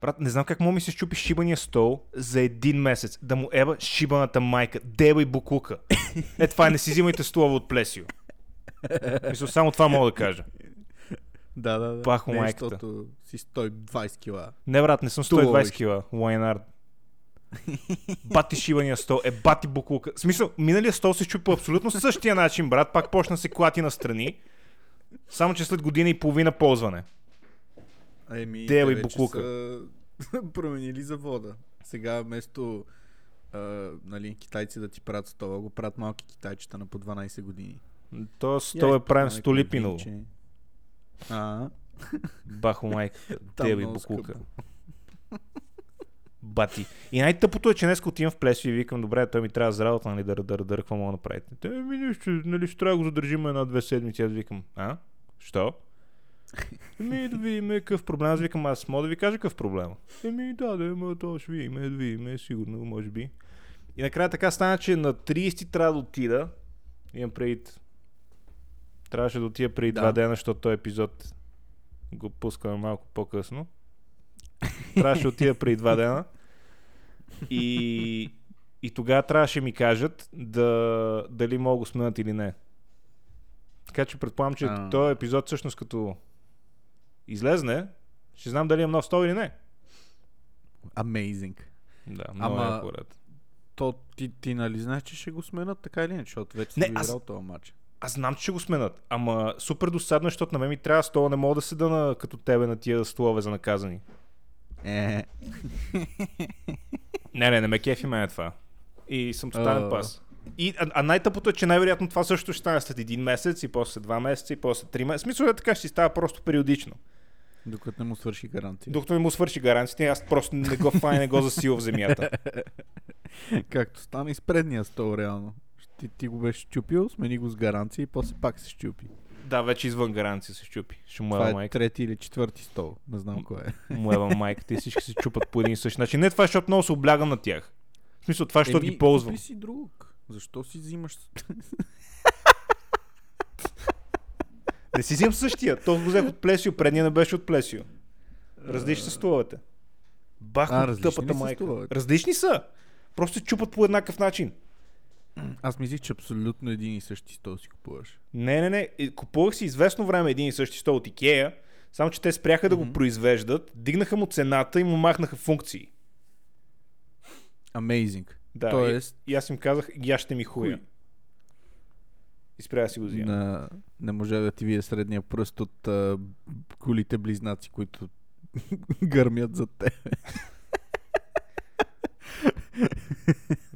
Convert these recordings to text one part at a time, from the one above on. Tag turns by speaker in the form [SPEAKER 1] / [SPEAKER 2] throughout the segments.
[SPEAKER 1] Брат, не знам как му ми се щупи шибания стол за един месец. Да му еба шибаната майка. Деба и буклука. Е, това е, не си взимайте столове от плесио. Мисля, само това мога да кажа.
[SPEAKER 2] Да, да, да.
[SPEAKER 1] Пах
[SPEAKER 2] Не,
[SPEAKER 1] майката.
[SPEAKER 2] защото си 120 кила.
[SPEAKER 1] Не, брат, не съм 120
[SPEAKER 2] Туловище.
[SPEAKER 1] кила, Лайнард. Бати шибания стол, е бати буклука. В смисъл, миналия стол се щупи по абсолютно същия начин, брат. Пак почна се клати настрани. Само, че след година и половина ползване.
[SPEAKER 2] А, Еми,
[SPEAKER 1] Дева и
[SPEAKER 2] Ами, те вече
[SPEAKER 1] боклука.
[SPEAKER 2] са променили завода. Сега вместо а, нали, китайци да ти правят стола, го правят малки китайчета на по 12 години.
[SPEAKER 1] То стол е правен с Толипиново.
[SPEAKER 2] А,
[SPEAKER 1] Бахо майка,
[SPEAKER 2] Там
[SPEAKER 1] деби
[SPEAKER 2] много
[SPEAKER 1] буклука.
[SPEAKER 2] скъпо.
[SPEAKER 1] Бати. И най-тъпото е, че днес отивам в плесо и викам, добре, той ми трябва за работа, нали, дър, дър, дър, какво мога да направите? Те, ми нищо, нали, ще трябва да го задържим една-две седмици. Аз викам, а? Що? Еми, Ами, да видим какъв проблем. Аз викам, аз мога да ви кажа какъв проблем. Еми, да, да, ма, то ще видим, да видим, сигурно, може би. И накрая така стана, че на 30 трябва да отида. Имам предвид. Трябваше да отида преди
[SPEAKER 2] Да.
[SPEAKER 1] два дена, защото този епизод го пускаме малко по-късно. Трябваше да отида преди два дена. И, и тогава трябваше ми кажат да, дали мога да го сменят или не. Така че предполагам, че
[SPEAKER 2] А.
[SPEAKER 1] този епизод всъщност като излезне, ще знам дали имам нов стол или не.
[SPEAKER 2] amazing.
[SPEAKER 1] Да, много
[SPEAKER 2] Ама-
[SPEAKER 1] е акурат.
[SPEAKER 2] То ти, ти нали знаеш, че ще го сменят така или не, защото вече
[SPEAKER 1] Не,
[SPEAKER 2] не, съм
[SPEAKER 1] аз-
[SPEAKER 2] аз... този матч.
[SPEAKER 1] Аз знам, че ще го сменят, ама супер досадно, е, защото на мен ми трябва стола, не мога да седа на, като тебе на тия столове за наказани.
[SPEAKER 2] Е,
[SPEAKER 1] Не, не, не ме кефи мен е това. И съм тотален
[SPEAKER 2] А.
[SPEAKER 1] пас. И, а, а най-тъпото е, че най-вероятно това също ще стане след един месец, и после след два месеца, и после след три месеца. В Смисъл е така, ще си става просто периодично.
[SPEAKER 2] докато не му свърши гаранция.
[SPEAKER 1] Докато не му свърши гаранцията, аз просто не го фай, не го засила в земята.
[SPEAKER 2] Както стана и с предния стол, реално. Ти, ти го беше щупил, смени го с гаранция и после пак се щупи.
[SPEAKER 1] Да, вече извън гаранция се щупи. Ще му
[SPEAKER 2] Това
[SPEAKER 1] ева
[SPEAKER 2] е
[SPEAKER 1] майка.
[SPEAKER 2] трети или четвърти стол. Не знам кой е.
[SPEAKER 1] Му ева майката и всички се чупат по един и същ начин. Не това, защото много се облягам на тях. В смисъл, това, защото ги
[SPEAKER 2] Еми,
[SPEAKER 1] ползвам.
[SPEAKER 2] купи си друг. Защо си взимаш?
[SPEAKER 1] Не си взимам същия. То го взех от Плесио, предния не беше от Плесио. Различни са столовете. Бах, от
[SPEAKER 2] А, различни ли
[SPEAKER 1] тъпата
[SPEAKER 2] са
[SPEAKER 1] майка.
[SPEAKER 2] столовете?
[SPEAKER 1] Различни са. Просто се чупат по еднакъв начин.
[SPEAKER 2] Аз мислих, че абсолютно един и същи стол си купуваш.
[SPEAKER 1] Не, не, не. И Купувах си известно време един и същи стол от Икея, само че те спряха да го произвеждат, дигнаха му цената и му махнаха функции.
[SPEAKER 2] Amazing.
[SPEAKER 1] Да,
[SPEAKER 2] Тоест-
[SPEAKER 1] и, и аз им казах, я ще ми хуя. И спря да си го взимам.
[SPEAKER 2] На, не може да ти вие средния пръст от а, кулите близнаци, които гърмят за те.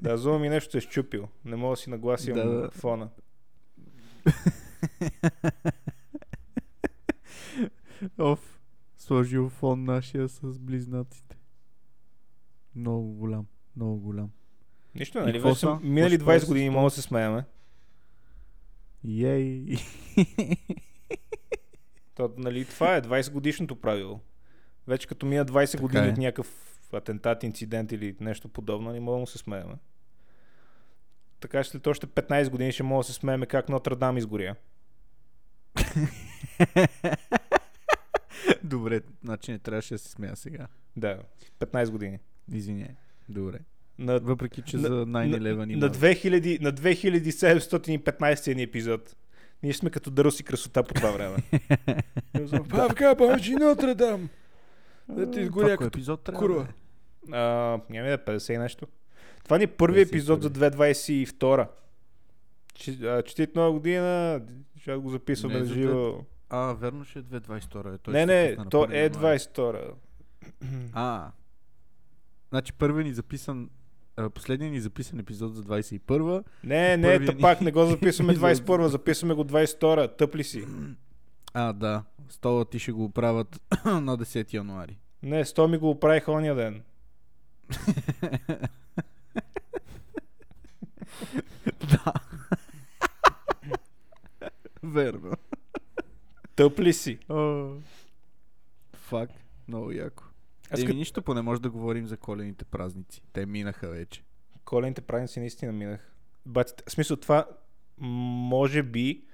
[SPEAKER 1] Да, зума ми нещо се е щупил. Не мога да си нагласим
[SPEAKER 2] Да, да.
[SPEAKER 1] фона.
[SPEAKER 2] Оф, сложил фон нашия с близнаците. Много голям, много голям.
[SPEAKER 1] Нищо,
[SPEAKER 2] И
[SPEAKER 1] нали?
[SPEAKER 2] какво
[SPEAKER 1] Вече
[SPEAKER 2] са?
[SPEAKER 1] са? минали
[SPEAKER 2] Какво ще
[SPEAKER 1] 20 години, мога да се смеяме.
[SPEAKER 2] Ей!
[SPEAKER 1] То, нали, това е 20 годишното правило. Вече като мия 20 така години
[SPEAKER 2] е.
[SPEAKER 1] от някакъв атентат, инцидент или нещо подобно, не мога да му се смееме. Така че след още 15 години ще мога да се смееме как Нотр Дам изгоря.
[SPEAKER 2] Добре, значи не трябваше да се смея сега.
[SPEAKER 1] Да, 15 години.
[SPEAKER 2] Извиняй. Добре.
[SPEAKER 1] На,
[SPEAKER 2] Въпреки, че
[SPEAKER 1] На-
[SPEAKER 2] за
[SPEAKER 1] на,
[SPEAKER 2] 9-11 има.
[SPEAKER 1] на, 2000, на 2715 ни е епизод. Ние сме като дърси красота по това време.
[SPEAKER 3] Павка, помощи Нотре Дам. Да ти
[SPEAKER 2] Това
[SPEAKER 3] изгоря
[SPEAKER 2] кой
[SPEAKER 3] като
[SPEAKER 2] епизод трябва
[SPEAKER 3] курва.
[SPEAKER 2] да е?
[SPEAKER 1] А, няма да 50 и нещо. Това ни е първият
[SPEAKER 2] 50
[SPEAKER 1] епизод за 2022. Че- а, Четит нова година, ще го записваме
[SPEAKER 2] Не,
[SPEAKER 1] на
[SPEAKER 2] за
[SPEAKER 1] живо.
[SPEAKER 2] А, верно ще е 2.22. Е. Той
[SPEAKER 1] Не,
[SPEAKER 2] ще
[SPEAKER 1] не,
[SPEAKER 2] пусне на
[SPEAKER 1] то
[SPEAKER 2] 1
[SPEAKER 1] е
[SPEAKER 2] януари.
[SPEAKER 1] 22.
[SPEAKER 2] А. Значи първият ни записан а, последният ни записан епизод за 21
[SPEAKER 1] Не, не,
[SPEAKER 2] Първият ни-
[SPEAKER 1] тъпак, не го записваме
[SPEAKER 2] епизод.
[SPEAKER 1] 21, записваме го 22, тъпли си.
[SPEAKER 2] А, да. Стола ти ще го оправят на 10 януари.
[SPEAKER 1] Не, 100 ми го оправиха ония ден.
[SPEAKER 2] да. Верно.
[SPEAKER 1] Тъпли си.
[SPEAKER 2] Фак. Много яко.
[SPEAKER 1] Аз
[SPEAKER 2] Еми,
[SPEAKER 1] като
[SPEAKER 2] нищо поне може да говорим за колените празници. Те минаха вече.
[SPEAKER 1] колените празници наистина минах. Батите, в смисъл това, може би,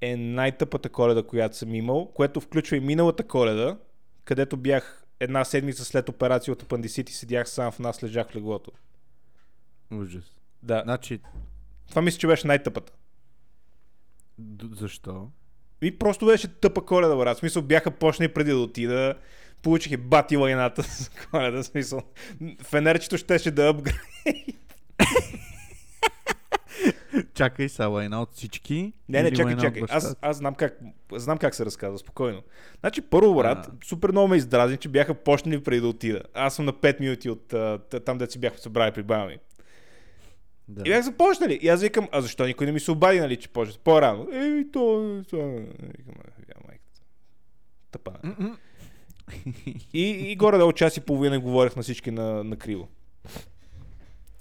[SPEAKER 1] е най-тъпата коледа, която съм имал, което включва и миналата коледа, където бях една седмица след операция от апандисит и седях сам в нас, лежах в леглото.
[SPEAKER 2] Ужас.
[SPEAKER 1] Да.
[SPEAKER 2] Значи,
[SPEAKER 1] Това мисля, че беше най-тъпата.
[SPEAKER 2] д- защо?
[SPEAKER 1] И просто беше тъпа коледа, брат. В смисъл бяха почнали преди да отида. Получих и бати лайната с коледа, в смисъл. Фенерчето щеше да е апгрейд.
[SPEAKER 2] Чакай са лайна от всички.
[SPEAKER 1] Не, не,
[SPEAKER 2] или
[SPEAKER 1] чакай,
[SPEAKER 2] лайна
[SPEAKER 1] чакай.
[SPEAKER 2] от
[SPEAKER 1] Аз,
[SPEAKER 2] бащата?
[SPEAKER 1] аз знам, как, знам как се разказва, спокойно. Значи, първо, брат,
[SPEAKER 2] А.
[SPEAKER 1] супер много ме издразни, че бяха почнали преди да отида. Аз съм на 5 минути от а, т- там, де си бяхме събрали при баба ми.
[SPEAKER 2] Да.
[SPEAKER 1] И бях започнали. И аз викам, а защо никой не ми се обади, нали, че почва по-рано? Ей, то... то... Викам, «А, я майката. Тъпа. нали?
[SPEAKER 2] М-м.
[SPEAKER 1] И, и горе-долу час и половина говорех на всички на, на криво.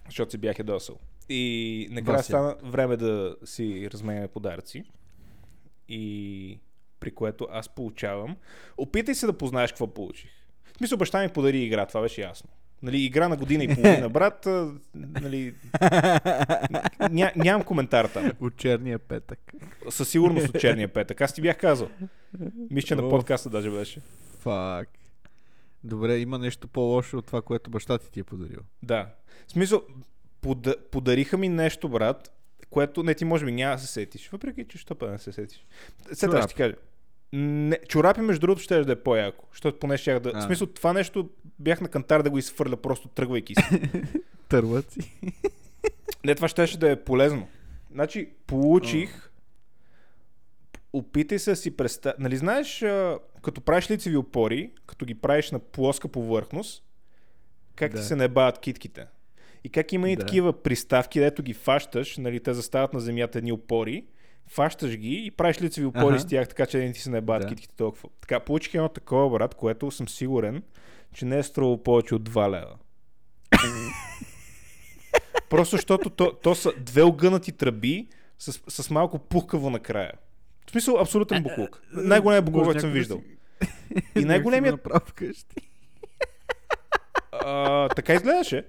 [SPEAKER 1] Защото се бях ядосал. И накрая
[SPEAKER 2] Вася.
[SPEAKER 1] стана време да си разменяме подаръци. И при което аз получавам. Опитай се да познаеш какво получих. В смисъл, баща ми подари игра, това беше ясно. Нали, игра на година и половина, брат. а, Нали, ня, нямам коментар там.
[SPEAKER 2] От черния петък.
[SPEAKER 1] Със сигурност от черния петък. Аз ти бях казал. Мисля, че на
[SPEAKER 2] Оф.
[SPEAKER 1] подкаста даже беше.
[SPEAKER 2] Фак. Добре, има нещо по-лошо от това, което баща ти ти е подарил.
[SPEAKER 1] Да. В смисъл, пода, подариха ми нещо, брат, което не ти може би няма да се сетиш. Въпреки, че що па не се сетиш. След това
[SPEAKER 2] Чорап.
[SPEAKER 1] ще ти кажа. Не, чорапи, между другото, ще да е по-яко. Защото поне ще да...
[SPEAKER 2] А.
[SPEAKER 1] В смисъл, това нещо бях на кантар да го изфърля, просто тръгвайки си.
[SPEAKER 2] Търлъци.
[SPEAKER 1] не, това щеше да е полезно. Значи, получих... Опитай се да си представ... Нали знаеш, а, като правиш лицеви опори, като ги правиш на плоска повърхност, как
[SPEAKER 2] Да.
[SPEAKER 1] ти се набавят китките. И как има и
[SPEAKER 2] Да.
[SPEAKER 1] такива приставки, дето ги фащаш, нали, те застават на земята едни опори, фащаш ги и правиш лицеви опори
[SPEAKER 2] Аха.
[SPEAKER 1] с тях, така че да не ти се набавят
[SPEAKER 2] Да.
[SPEAKER 1] китките толкова. Така, получих едно такова, брат, което съм сигурен, че не е струвало повече от 2 лева. Просто защото то, то са две огънати тръби с, с малко пухкаво накрая. В смисъл, абсолютен буклук. Най-големият буклук, който съм виждал. И най-големият
[SPEAKER 2] Направо вкъщи.
[SPEAKER 1] А, така изгледаше.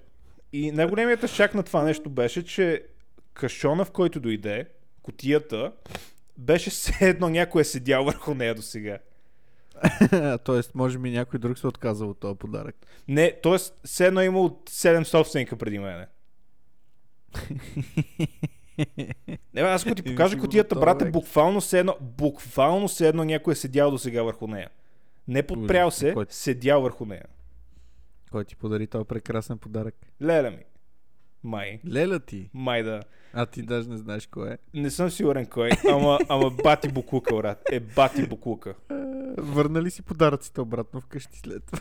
[SPEAKER 1] И най-големият шак на това нещо беше, че кашона, в който дойде, котията, беше все едно някой е седял върху нея до сега.
[SPEAKER 2] Тоест, може би някой друг се е отказал от този подарък.
[SPEAKER 1] Не, т.е. все едно е имало 7 собственика преди мене. Не, бе, аз ако ти
[SPEAKER 2] Еми,
[SPEAKER 1] покажа
[SPEAKER 2] сигурно
[SPEAKER 1] котията,
[SPEAKER 2] това,
[SPEAKER 1] брате,
[SPEAKER 2] бе.
[SPEAKER 1] буквално все едно, буквално все едно някой е седял до сега върху нея. Не подпрял
[SPEAKER 2] Ужас,
[SPEAKER 1] се,
[SPEAKER 2] кой-
[SPEAKER 1] седял върху нея.
[SPEAKER 2] Кой ти подари този прекрасен подарък?
[SPEAKER 1] Леля ми. Май.
[SPEAKER 2] Леля ти.
[SPEAKER 1] Май да.
[SPEAKER 2] А ти даже не знаеш кой е.
[SPEAKER 1] Не съм сигурен кой, ама, ама бати буклука, брат. Е, бати буклука.
[SPEAKER 2] Върнали си подаръците обратно вкъщи след това.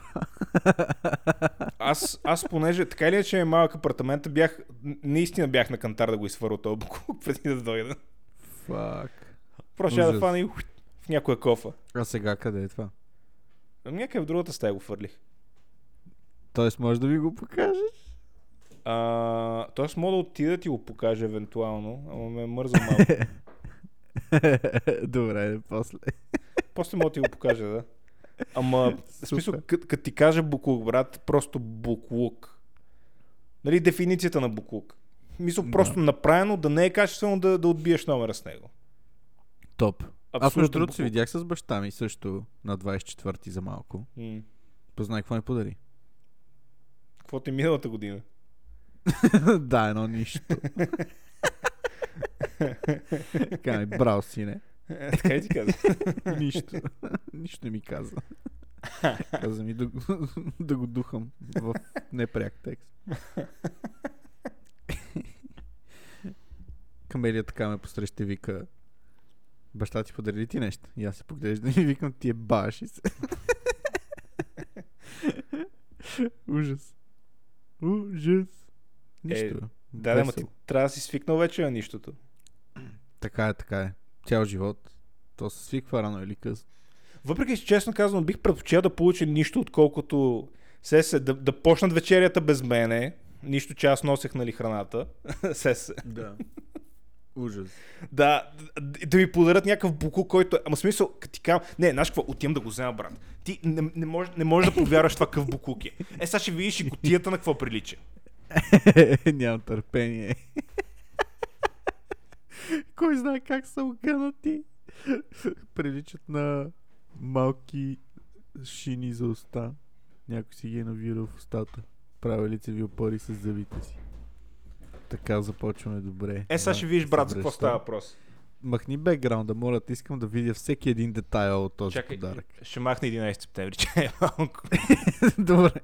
[SPEAKER 1] Аз, аз понеже, така или иначе е малък апартамент, бях, наистина бях на кантар да го изфърля този буклук преди да дойда.
[SPEAKER 2] Фак.
[SPEAKER 1] Просто ще да
[SPEAKER 2] Ужас.
[SPEAKER 1] фана и хуй, в някоя кофа.
[SPEAKER 2] А сега къде е това?
[SPEAKER 1] Ами Някъде в другата стая го фърлих.
[SPEAKER 2] Тоест, може да ви го покажеш?
[SPEAKER 1] А, тоест мога да отида да ти го покажа евентуално, ама ме мърза малко.
[SPEAKER 2] Добре, после.
[SPEAKER 1] После мога да ти го покажа, да. Ама, в смисъл,
[SPEAKER 2] Супер.
[SPEAKER 1] като ти кажа буклук, брат, просто буклук. Нали, дефиницията на буклук. Мисъл,
[SPEAKER 2] Да.
[SPEAKER 1] просто направено да не е качествено да, да отбиеш номера с него.
[SPEAKER 2] Топ. Аз между
[SPEAKER 1] Абсолютен
[SPEAKER 2] другото се
[SPEAKER 1] буклук.
[SPEAKER 2] видях с баща ми също на 24-ти за малко.
[SPEAKER 1] М.
[SPEAKER 2] Познай какво ми подари.
[SPEAKER 1] Какво ти е миналата година?
[SPEAKER 2] да, едно нищо. така ми, браво сине.
[SPEAKER 1] Е, така и ти казвам.
[SPEAKER 2] Нищо. Нищо не ми каза. Каза ми да, го- да го духам в непряк текст. Камелия така ме посреща и вика Баща ти подари ли ти нещо? И аз се поглеждам и викам ти е баши се. Ужас. Ужас. Нищо.
[SPEAKER 1] Е, Да, да, ма ти
[SPEAKER 2] Весело.
[SPEAKER 1] трябва да си свикнал вече на нищото.
[SPEAKER 2] Така е, така е. Цял живот. То се свиква рано или късно.
[SPEAKER 1] Въпреки, че честно казвам, бих предпочел да получа нищо, отколкото се, се да, да почнат вечерята без мене. Нищо, че аз носех нали, храната. се, се.
[SPEAKER 2] Да. Ужас.
[SPEAKER 1] Да, да, да ми подарят някакъв буку, който... е- Ама смисъл, като ти кажа... Не, знаеш какво, отивам да го взема, брат. Ти не, не, можеш, не можеш да повярваш това какъв букук е. Е, сега ще видиш и котията на какво прилича.
[SPEAKER 2] Нямам търпение. Кой знае как са огънати? Приличат на малки шини за уста. Някой си ги е навирал в устата. Прави лицеви опори с зъбите си. Така започваме добре.
[SPEAKER 1] Е, сега ще
[SPEAKER 2] Да,
[SPEAKER 1] видиш, брат, за
[SPEAKER 2] се
[SPEAKER 1] какво
[SPEAKER 2] връщам.
[SPEAKER 1] става въпрос.
[SPEAKER 2] Махни бекграунда, моля, те, искам да видя всеки един детайл от този
[SPEAKER 1] Чакай,
[SPEAKER 2] подарък.
[SPEAKER 1] ще махна 11 септември, чай малко.
[SPEAKER 2] Добре.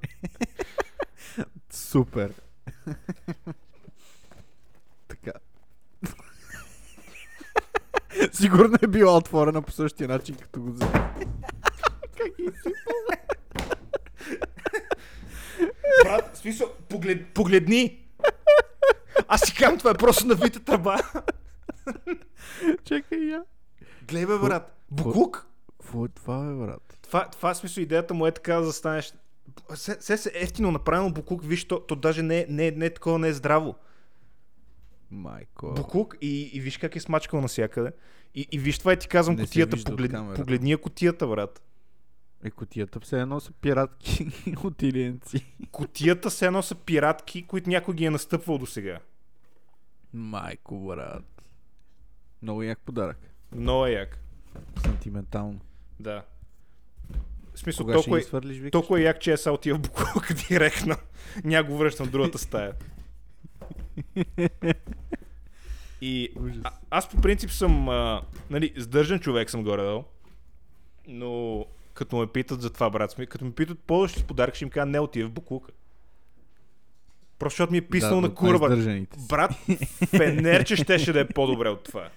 [SPEAKER 2] Супер. така. Сигурно е била отворена по същия начин, като го взе. как ги си?
[SPEAKER 1] Брат, в смисъл, поглед, погледни! Аз си казвам, това е просто навита тръба.
[SPEAKER 2] Чакай я.
[SPEAKER 1] Гледай, бе, брат.
[SPEAKER 2] Какво?
[SPEAKER 1] Буклук.
[SPEAKER 2] Какво е това, бе, брат?
[SPEAKER 1] Това, това в смисъл, идеята му е така да застанеш. Се, се, се ефтино направено буклук, виж, то, то даже не, е- не, е- не е такова, не е здраво.
[SPEAKER 2] Майко.
[SPEAKER 1] Буклук и, и виж как е смачкал навсякъде. И, и виж това и ти казвам,
[SPEAKER 2] Не се
[SPEAKER 1] котията,
[SPEAKER 2] вижда от
[SPEAKER 1] поглед,
[SPEAKER 2] камерата.
[SPEAKER 1] погледни я котията, брат.
[SPEAKER 2] Е, котията все едно са пиратки от илиенци.
[SPEAKER 1] Котията се едно са пиратки, които някой ги е настъпвал до сега.
[SPEAKER 2] Майко, брат. Много як подарък.
[SPEAKER 1] Много е як.
[SPEAKER 2] Сантиментално.
[SPEAKER 1] Да. В смисъл,
[SPEAKER 2] Кога ще
[SPEAKER 1] толкова,
[SPEAKER 2] ги свърлиш, викаш?
[SPEAKER 1] толкова е як, че е са отива в буклук директно. Няма го връщам в другата стая. И
[SPEAKER 2] Ужас.
[SPEAKER 1] а, аз по принцип съм, а, нали, сдържан човек съм горе-долу, но като ме питат за това, брат, сме- като ме питат повече с подарък, ще им кажа не отива в буклука. Просто защото ми е писнал
[SPEAKER 2] Да,
[SPEAKER 1] на
[SPEAKER 2] от най-издържаните
[SPEAKER 1] курва.
[SPEAKER 2] си.
[SPEAKER 1] Брат, фенерче щеше да е по-добре от това.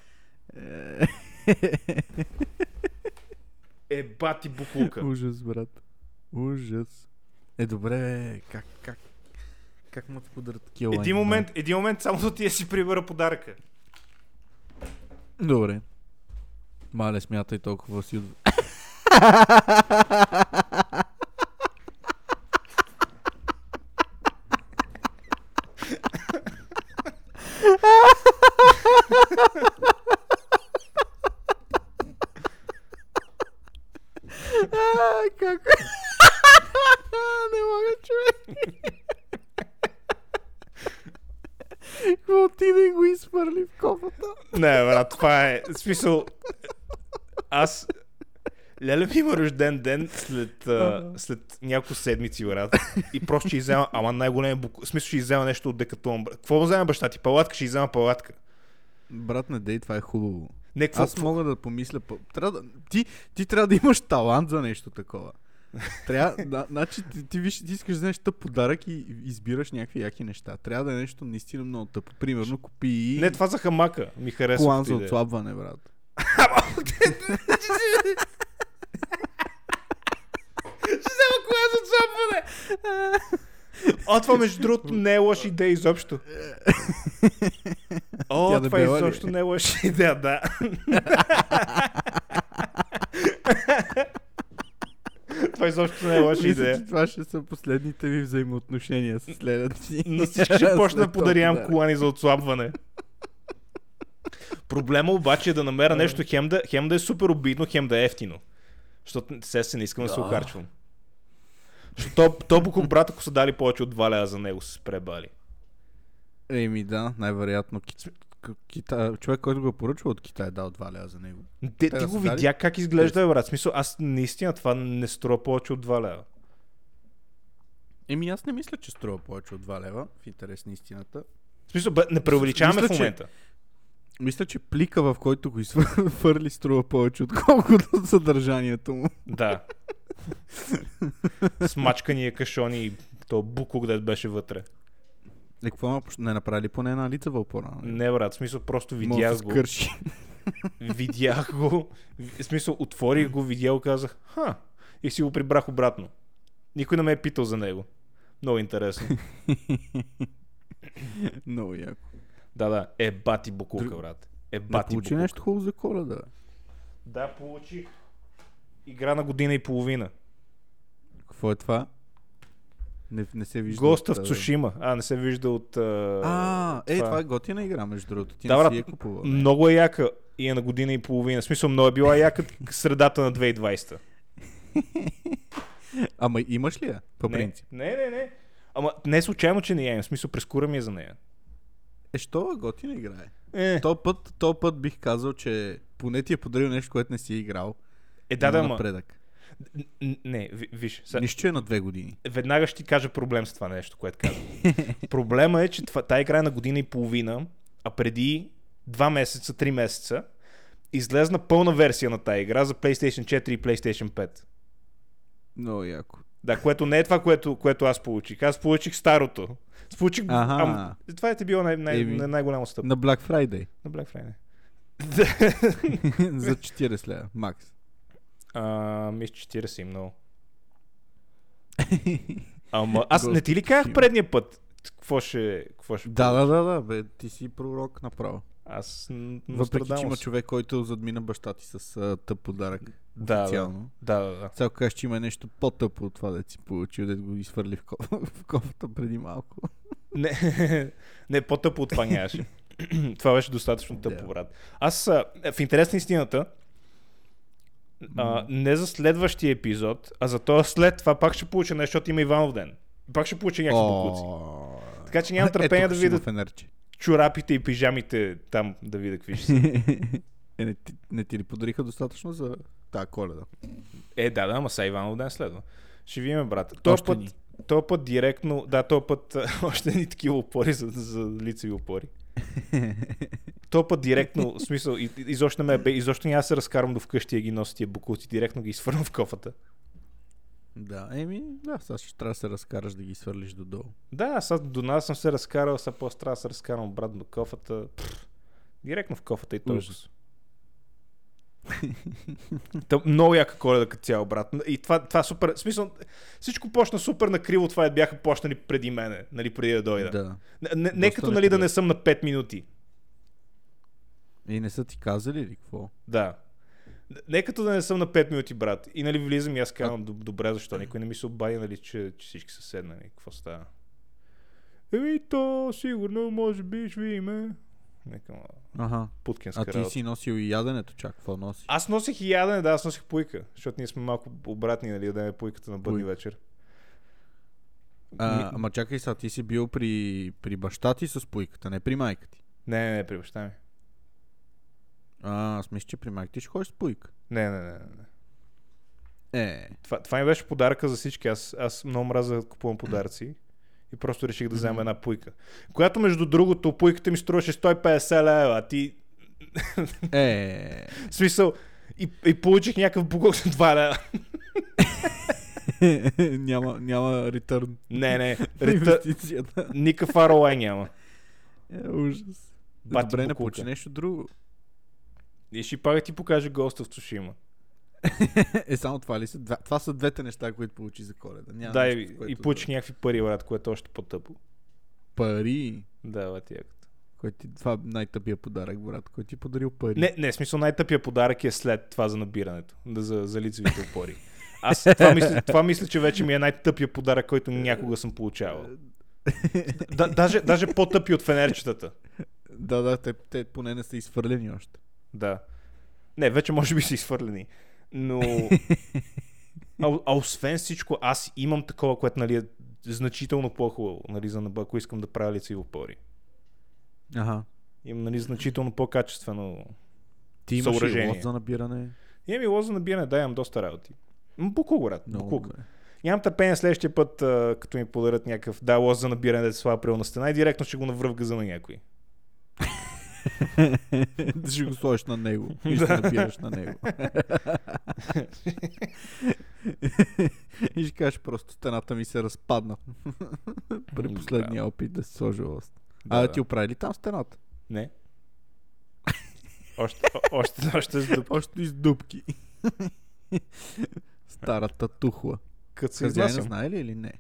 [SPEAKER 1] Е, бати буклука.
[SPEAKER 2] Ужас, брат. Ужас. Е, добре, бе, как, как, как му ти подарят такива лайни,
[SPEAKER 1] Един момент, един момент, само да ти я си прибера подаръка.
[SPEAKER 2] брат? Добре. Мале, смятай толкова си. от- А, как? Не мога, човек. Какво отиде и го изхвърли в кофата?
[SPEAKER 1] Не, брат, това е. в Смисъл. Аз. Леле ми има рожден ден след, а, след няколко седмици, брат. И просто ще изема, ама най-голям бук... в смисъл ще изема нещо от декатлон. брат. Какво му взема баща ти? Палатка? Ще изема палатка.
[SPEAKER 2] Брат, не дей, това е хубаво.
[SPEAKER 1] Не, какво?
[SPEAKER 2] Аз мога да помисля. по- Трябва да... Ти, ти трябва да имаш талант за нещо такова. Трябва, да, значи ти, ти, виж, ти искаш да вземеш тъп подарък и избираш някакви яки неща. Трябва да е нещо наистина много тъпо. Примерно купи
[SPEAKER 1] Не, това за хамака ми харесва.
[SPEAKER 2] колан
[SPEAKER 1] като
[SPEAKER 2] за
[SPEAKER 1] идея.
[SPEAKER 2] отслабване, брат.
[SPEAKER 1] Колан за отслабване! О, това между другото не е лоша идея изобщо. О,
[SPEAKER 2] Тя
[SPEAKER 1] това
[SPEAKER 2] дебела ли е?
[SPEAKER 1] изобщо не е лоша идея, да. Това изобщо не е лоша
[SPEAKER 2] Мисля,
[SPEAKER 1] идея.
[SPEAKER 2] че това ще са последните ви взаимоотношения с следващи.
[SPEAKER 1] На всички ще почна да
[SPEAKER 2] След този
[SPEAKER 1] подарявам
[SPEAKER 2] подарък.
[SPEAKER 1] колани за отслабване. Проблема обаче е да намеря нещо хем да, хем да е супер обидно, хем да е ефтино. Защото сега се не искам да се
[SPEAKER 2] Да.
[SPEAKER 1] окарчвам. Защото то, то брат, ако са дали повече от 2 лева за него, са се пребали.
[SPEAKER 2] Еми да, най-вероятно. Ки... к- Кита... Човек, който го е поръчал от Китай, е дал 2 лева за него.
[SPEAKER 1] Те,
[SPEAKER 2] Те
[SPEAKER 1] ти
[SPEAKER 2] Е, да
[SPEAKER 1] го
[SPEAKER 2] са дали? Е.
[SPEAKER 1] видя как изглежда, бе, брат. В Смисъл, аз наистина това не струва повече от 2 лева.
[SPEAKER 2] Еми аз не мисля, че струва повече от 2 лева, в интерес на истината.
[SPEAKER 1] В смисъл, бе, не преувеличаваме
[SPEAKER 2] Мисля,
[SPEAKER 1] в
[SPEAKER 2] че-
[SPEAKER 1] момента.
[SPEAKER 2] Мисля, че плика, в който го изфърли, струва повече, отколкото съдържанието му.
[SPEAKER 1] Да. Смачкания кашони и то букук да беше вътре.
[SPEAKER 2] Е, какво ма, не направили поне една лица в опора?
[SPEAKER 1] Не, брат, в смисъл, просто
[SPEAKER 2] Може да
[SPEAKER 1] видях го.
[SPEAKER 2] скърши.
[SPEAKER 1] Видях го. В смисъл, отворих го, видях го, казах, ха, и си го прибрах обратно. Никой не ме е питал за него. Много интересно.
[SPEAKER 2] Много яко.
[SPEAKER 1] да, да, е бати букука,
[SPEAKER 2] Друг-
[SPEAKER 1] брат. Е
[SPEAKER 2] Да
[SPEAKER 1] бати
[SPEAKER 2] получи
[SPEAKER 1] букука.
[SPEAKER 2] нещо хубаво за коледа.
[SPEAKER 1] Да, получих. Игра на година и половина.
[SPEAKER 2] Какво е това? Не, не се вижда.
[SPEAKER 1] Госта
[SPEAKER 2] от,
[SPEAKER 1] в
[SPEAKER 2] а,
[SPEAKER 1] Цушима. А, не се вижда от... А,
[SPEAKER 2] А, е, това е
[SPEAKER 1] това.
[SPEAKER 2] готина игра, между другото. Ти
[SPEAKER 1] Да,
[SPEAKER 2] не
[SPEAKER 1] брат,
[SPEAKER 2] си я купувал. не?
[SPEAKER 1] Много е яка и е на година и половина. В смисъл, много е била яка к- средата на 2020.
[SPEAKER 2] Ама имаш ли я? По
[SPEAKER 1] не,
[SPEAKER 2] принцип.
[SPEAKER 1] не, не, не. Ама не е случайно, че не я имам. В смисъл, прескура ми е за нея.
[SPEAKER 2] Е, що е готина игра е?
[SPEAKER 1] Е,
[SPEAKER 2] То път, то път бих казал, че поне ти е подарил нещо, което не си играл.
[SPEAKER 1] е да, да,
[SPEAKER 2] Има
[SPEAKER 1] ама.
[SPEAKER 2] напредък.
[SPEAKER 1] Н- н- Не, ви- виж, сега,
[SPEAKER 2] Нищо е на две години.
[SPEAKER 1] веднага ще ти кажа проблем с това нещо, което казвам. Проблема е, че това, тая игра е на година и половина, а преди 2 месеца, 3 месеца, излезна пълна версия на тая игра за PlayStation 4 и PlayStation 5.
[SPEAKER 2] Много яко.
[SPEAKER 1] Да, което не е това, което, което аз получих. Аз получих старото. Аз получих...
[SPEAKER 2] Аха.
[SPEAKER 1] Ам, това е ти било най- най-
[SPEAKER 2] Еми.
[SPEAKER 1] най- най-голяма стъпка
[SPEAKER 2] На Black Friday.
[SPEAKER 1] на Black Friday.
[SPEAKER 2] За 40 лева, макс.
[SPEAKER 1] А, мисля, че 40 им много. Ама аз не ти ли казах предния път? Какво ще... Какво ще
[SPEAKER 2] Да, да, да, да, бе, ти си пророк направо.
[SPEAKER 1] Аз...
[SPEAKER 2] Въпреки, че има
[SPEAKER 1] Нострадамус.
[SPEAKER 2] човек, който задмина баща ти с а, тъп подарък.
[SPEAKER 1] Да, да,
[SPEAKER 2] Официално.
[SPEAKER 1] да, да, да.
[SPEAKER 2] Сега кажеш, че има нещо по-тъпо от това да си получил, да го изхвърли в, ко... в кофата преди малко.
[SPEAKER 1] Не, не по-тъпо от това нямаше. това беше достатъчно тъпо,
[SPEAKER 2] Да.
[SPEAKER 1] брат. Аз, а, е, в интерес на истината, а, не за следващия епизод, а за това след това пак ще получа нещо, защото има Иванов ден. Пак ще получа някакви бокуци.
[SPEAKER 2] О,
[SPEAKER 1] Така че нямам търпение
[SPEAKER 2] Ето,
[SPEAKER 1] да
[SPEAKER 2] ще
[SPEAKER 1] видя-
[SPEAKER 2] има фенерче.
[SPEAKER 1] Чорапите и пижамите там да видя какви ще са.
[SPEAKER 2] Е, не, ти, не ти ли подариха достатъчно за тази коледа?
[SPEAKER 1] Е, да, да, ама са Иванов ден следва. Ще видим, брат. Този
[SPEAKER 2] Още
[SPEAKER 1] път,
[SPEAKER 2] ни.
[SPEAKER 1] този път директно, да, този път а, още ни такива опори за, за лицеви опори. Този път директно, в смисъл, и- и- изобщо не ме бе, изобщо няма да се разкарвам до вкъщи и ги нося тия букулци, директно ги изфървам в кофата.
[SPEAKER 2] Да, еми, да, сега ще трябва да се разкараш да ги свърлиш додолу.
[SPEAKER 1] Да, сега до нас съм се разкарал, сега после трябва да се разкарвам обратно до кофата. Пф, директно в кофата и толкова.
[SPEAKER 2] Ужас.
[SPEAKER 1] Та, много яка коледа като цяло, брат. И това, това супер, в смисъл, всичко почна супер накриво, това е бяха почнали преди мене, нали, преди да дойда.
[SPEAKER 2] Е, да.
[SPEAKER 1] Не, не, не
[SPEAKER 2] Доста
[SPEAKER 1] като
[SPEAKER 2] неща
[SPEAKER 1] нали да
[SPEAKER 2] бяха.
[SPEAKER 1] не съм на 5 минути.
[SPEAKER 2] И не са ти казали ли какво?
[SPEAKER 1] Да. Не като да не съм на 5 минути, брат. И нали влизам и аз казвам, «Доб- добре, защо никой не ми се обади, нали, че, че всички са седнали. Какво става? Еми, то сигурно, може би, ще видиме. Некам,
[SPEAKER 2] Ага.
[SPEAKER 1] путкинска
[SPEAKER 2] А ти
[SPEAKER 1] работа.
[SPEAKER 2] си носил и яденето, чак, какво носиш?
[SPEAKER 1] Аз носих и ядене, да, аз носих пуйка, защото ние сме малко обратни, нали, да е пуйката на бъдни
[SPEAKER 2] Пуйка.
[SPEAKER 1] вечер.
[SPEAKER 2] А, ама чакай сега, ти си бил при, при баща ти с пуйката, не при майка ти.
[SPEAKER 1] Не, не, не, при баща ми.
[SPEAKER 2] А, аз мисля, че при майка ти ще ходиш с пуйка.
[SPEAKER 1] Не, не, не, не. не.
[SPEAKER 2] Е,
[SPEAKER 1] Това, това ми беше подаръка за всички. Аз, аз много мразя да купувам подаръци. И просто реших да взема една пуйка. Която, между другото, пуйката ми струваше 150 лева. а Ти,
[SPEAKER 2] е,
[SPEAKER 1] в смисъл, и, и получих някакъв букъл за 2 лева.
[SPEAKER 2] няма, няма ретърн.
[SPEAKER 1] Не, не. Рита,
[SPEAKER 2] Инвестицията.
[SPEAKER 1] никакъв ROI няма.
[SPEAKER 2] Е, ужас.
[SPEAKER 1] Бати
[SPEAKER 2] Добре, не
[SPEAKER 1] букулка.
[SPEAKER 2] получи нещо друго.
[SPEAKER 1] И ще пак ти покажа госта в Сушима.
[SPEAKER 2] Е, само това ли са? Два, това са двете неща, които получи за коледа. Няма
[SPEAKER 1] Да,
[SPEAKER 2] нещо,
[SPEAKER 1] и,
[SPEAKER 2] с което
[SPEAKER 1] и
[SPEAKER 2] да-
[SPEAKER 1] получих някакви пари, брат, което е още по-тъпо.
[SPEAKER 2] Пари.
[SPEAKER 1] Да, бати якото.
[SPEAKER 2] Който ти, това е най-тъпия подарък, брат, който ти е подарил пари.
[SPEAKER 1] Не, не, в смисъл най-тъпия подарък е след това за набирането. Да, за, за лицевите опори. Аз това мисля, това мисля, че вече ми е най-тъпия подарък, който някога съм получавал. Да, даже, даже по-тъпи от фенерчетата.
[SPEAKER 2] Да, да, те, те поне не са изфърлени още.
[SPEAKER 1] Да. Не, вече може би са изфърлени. Но... А, а освен всичко, аз имам такова, което нали, е значително по-хубаво, нали, за набък, ако искам да правя лицеви опори.
[SPEAKER 2] Ага.
[SPEAKER 1] Имам нали, значително по-качествено
[SPEAKER 2] Ти имаш
[SPEAKER 1] Съоръжение.
[SPEAKER 2] и лот за набиране.
[SPEAKER 1] Имам и е лоза на биене, да, имам доста работи. М, Буклук, брат.
[SPEAKER 2] Много е.
[SPEAKER 1] Буклук.
[SPEAKER 2] добре.
[SPEAKER 1] Нямам търпение следващия път, а, като ми подарят някакъв да, лоз за набиране да се слага прилна стена и директно ще го навръвга за на някой.
[SPEAKER 2] да ще го сложиш на него. И ще набираш на него. и ще кажеш просто стената ми се разпадна. При последния опит да си сложи лост.
[SPEAKER 1] Да,
[SPEAKER 2] А
[SPEAKER 1] да.
[SPEAKER 2] ти оправи ли там стената?
[SPEAKER 1] Не. Още, о- още, още с дупка.
[SPEAKER 2] Още из дупки. Старата тухла.
[SPEAKER 1] Като се
[SPEAKER 2] Хазяйна
[SPEAKER 1] изнасям.
[SPEAKER 2] знае ли или не?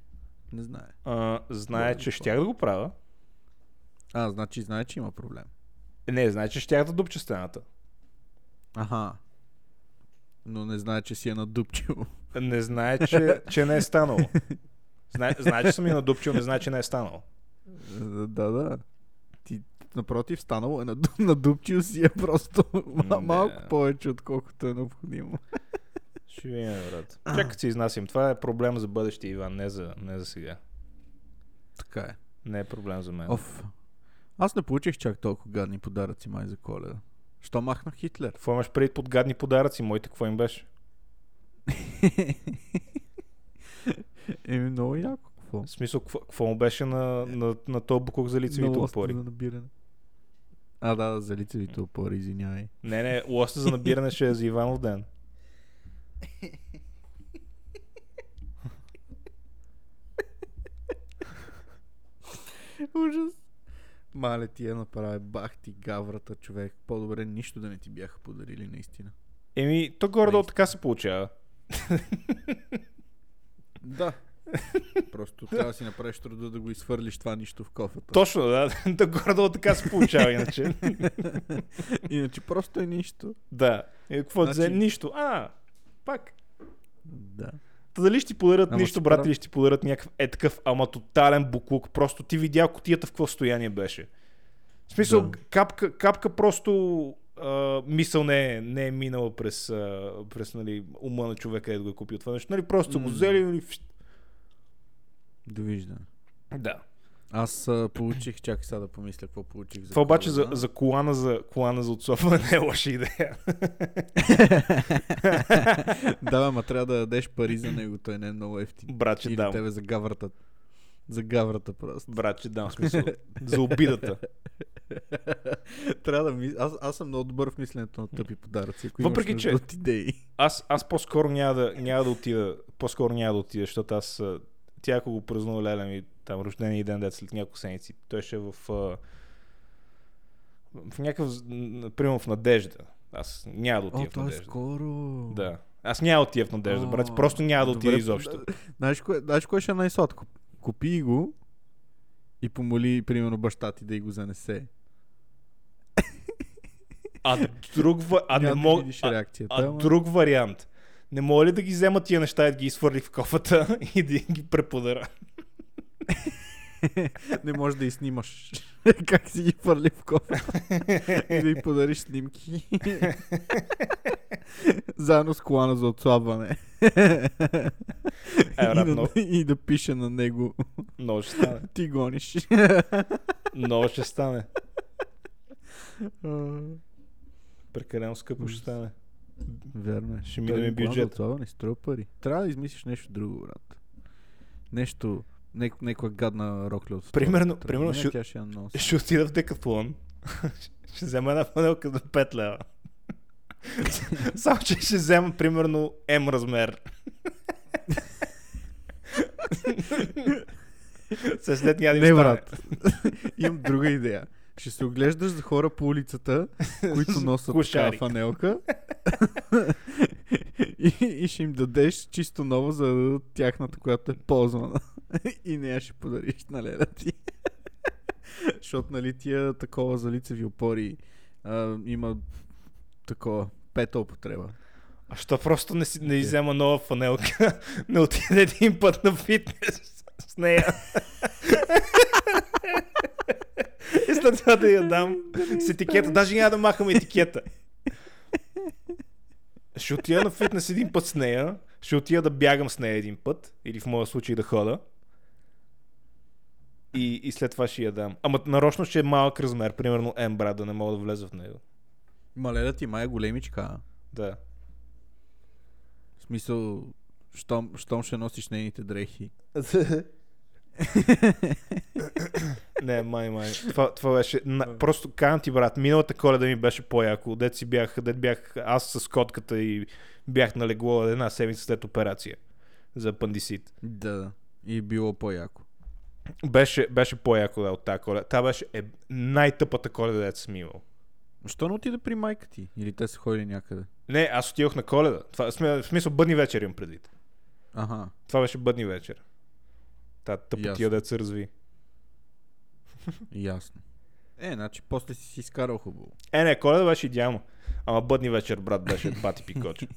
[SPEAKER 2] Не знае.
[SPEAKER 1] А, знае, че
[SPEAKER 2] Лоза,
[SPEAKER 1] щях да го правя.
[SPEAKER 2] А, значи знае, че има проблем.
[SPEAKER 1] Не, знае, че щях да дупча стената.
[SPEAKER 2] Аха. Но не знае, че си е надупчил.
[SPEAKER 1] Не знае, че, че не е станало. Знае, знае, че съм я надупчил, не знае, че не е станало.
[SPEAKER 2] да, да, да. Ти напротив, станало е наду- надупчил си е просто
[SPEAKER 1] Да.
[SPEAKER 2] ма- малко повече, отколкото е необходимо.
[SPEAKER 1] Ще видим, брат. Чакай, като се изнасям. Това е проблем за бъдеще, Иван, не за, не за сега.
[SPEAKER 2] Така е.
[SPEAKER 1] Не е проблем за мен.
[SPEAKER 2] Оф. Аз не получих чак толкова гадни подаръци май за коледа. Що махна Хитлер?
[SPEAKER 1] Какво имаш преди под гадни подаръци? Моите какво им беше?
[SPEAKER 2] Еми, много яко. Какво?
[SPEAKER 1] В смисъл, какво, какво му беше на, на, на този букук за лицевите
[SPEAKER 2] Много остро
[SPEAKER 1] опори?
[SPEAKER 2] за набиране. А, да, за лицевите опори, извинявай.
[SPEAKER 1] Не, не, лоста за набиране ще е за Иванов ден.
[SPEAKER 2] Ужас. Мале ти я направи бах ти гаврата, човек. По-добре нищо да не ти бяха подарили, наистина.
[SPEAKER 1] Еми, то горе-долу така се получава.
[SPEAKER 2] Да. Просто трябва да си направиш труда да го изхвърлиш това нищо в кофата.
[SPEAKER 1] Точно, да. То горе-долу така се получава, иначе.
[SPEAKER 2] Иначе просто е нищо.
[SPEAKER 1] Да. И какво значи...
[SPEAKER 2] Значи-
[SPEAKER 1] взе? Нищо. А, пак.
[SPEAKER 2] Да.
[SPEAKER 1] Та дали ще ти подарят
[SPEAKER 2] Ама
[SPEAKER 1] нищо,
[SPEAKER 2] си
[SPEAKER 1] брат,
[SPEAKER 2] прав.
[SPEAKER 1] или ще ти подарят някакъв е такъв, ама тотален буклук. Просто ти видя котията в какво състояние беше. В смисъл,
[SPEAKER 2] Да.
[SPEAKER 1] капка, капка просто а, мисъл не е, не е минала през, а, през нали, ума на човека, да го е купил това нещо. Нали, просто са го
[SPEAKER 2] М.
[SPEAKER 1] взели. Нали, фщ.
[SPEAKER 2] Довиждане.
[SPEAKER 1] да.
[SPEAKER 2] Аз а, получих, чакай сега да помисля какво получих. За
[SPEAKER 1] Това обаче за,
[SPEAKER 2] Коледа.
[SPEAKER 1] за, колана, за колана за отсофване не е лоша идея.
[SPEAKER 2] да, ма трябва да дадеш пари за него, той не е много ефтин.
[SPEAKER 1] Братче,
[SPEAKER 2] Или
[SPEAKER 1] дам.
[SPEAKER 2] тебе за гаврата. За гаврата просто.
[SPEAKER 1] Братче, дам в смисъл. За обидата.
[SPEAKER 2] трябва да ми... Аз, аз съм много добър в мисленето на тъпи подаръци. Ако
[SPEAKER 1] Въпреки,
[SPEAKER 2] имаш
[SPEAKER 1] че-
[SPEAKER 2] нужда От идеи.
[SPEAKER 1] Аз, аз по-скоро няма да, няма да отида. По-скоро няма да отида, защото аз а, тя ако го празнува леля ми там рождения и ден дет след няколко седмици, той ще е в а, в някакъв, з- н- примерно в надежда. Аз няма да отида в
[SPEAKER 2] той е
[SPEAKER 1] надежда.
[SPEAKER 2] скоро.
[SPEAKER 1] Да. Аз няма да отида в надежда, брат.
[SPEAKER 2] О,
[SPEAKER 1] Просто няма да отида
[SPEAKER 2] добре,
[SPEAKER 1] е изобщо.
[SPEAKER 2] Знаеш кое, знаеш кое ще е най-сладко? Купи го и помоли, примерно, баща ти да й го занесе.
[SPEAKER 1] А друг, ва- а не
[SPEAKER 2] Няма да
[SPEAKER 1] мога,
[SPEAKER 2] видиш
[SPEAKER 1] а,
[SPEAKER 2] реакцията.
[SPEAKER 1] а
[SPEAKER 2] ама-
[SPEAKER 1] друг вариант. Не мога ли да ги взема тия неща и да ги изхвърли в кофата и да ги преподара?
[SPEAKER 2] Не можеш да и снимаш. как си ги хвърли в кофа. и да й подариш снимки. Заедно с колана за отслабване.
[SPEAKER 1] Е, брат,
[SPEAKER 2] и, да,
[SPEAKER 1] много,
[SPEAKER 2] и да пише на него.
[SPEAKER 1] много ще стане.
[SPEAKER 2] Ти гониш.
[SPEAKER 1] Много ще стане. Прекалено скъпо ще стане.
[SPEAKER 2] Верно е.
[SPEAKER 1] Ще
[SPEAKER 2] Той
[SPEAKER 1] минем
[SPEAKER 2] един колан за
[SPEAKER 1] бюджет.
[SPEAKER 2] Отслабване струва пари. Трябва да измислиш нещо друго, брат. Нещо, няк- някаква гадна рокля от
[SPEAKER 1] Примерно-
[SPEAKER 2] втората.
[SPEAKER 1] примерно
[SPEAKER 2] Не,
[SPEAKER 1] ще-
[SPEAKER 2] тя ще я носи.
[SPEAKER 1] Ще отида в Декатлон. ще взема една фанелка за 5 лева. Само, че ще взема примерно М размер. Със след няма да им стане.
[SPEAKER 2] Не, брат. Имам друга идея. Ще се оглеждаш за хора по улицата, които носят такава
[SPEAKER 1] кошари.
[SPEAKER 2] фанелка. и, и ще им дадеш чисто нова, за да дадат тяхната, която е ползвана. и нея ще подариш на леда ти. Защото, нали, тия такова за лицеви опори а, има такова пета употреба.
[SPEAKER 1] А що просто не, си, не иззема нова фанелка? не отиде един път на фитнес с нея. И след това да я дам с етикета. Даже няма да махам етикета. Ще отида на фитнес един път с нея. Ще отида да бягам с нея един път. Или в моя случай да хода. И, и след това ще я дам. Ама нарочно ще е малък размер. Примерно М, брат, да не мога да влеза в него.
[SPEAKER 2] Ма леда ти май е големичка.
[SPEAKER 1] Да.
[SPEAKER 2] В смисъл, щом, щом ще носиш нейните дрехи.
[SPEAKER 1] Не, май, май. Това, това беше... На... Просто казвам ти, брат, миналата коледа ми беше по-яко. Дет си бях, дет бях аз с котката и бях на легло една седмица след операция за апандисит.
[SPEAKER 2] Да, да. И е било по-яко.
[SPEAKER 1] Беше, беше по-яко да, от тази коледа. Та беше е, най-тъпата коледа, дет съм имал.
[SPEAKER 2] Що не отида при майка ти? Или те са ходили някъде?
[SPEAKER 1] Не, аз отидох на коледа. Това, в смисъл- в смисъл, бъдни вечер имам предвид.
[SPEAKER 2] Аха.
[SPEAKER 1] Това беше бъдни вечер. Та тъпотия
[SPEAKER 2] Ясно.
[SPEAKER 1] дет се разви.
[SPEAKER 2] Ясно. Е, значи после си си изкарал хубаво.
[SPEAKER 1] Е, не, коледа беше идеално. Ама бъдни вечер, брат, беше бати пикоч.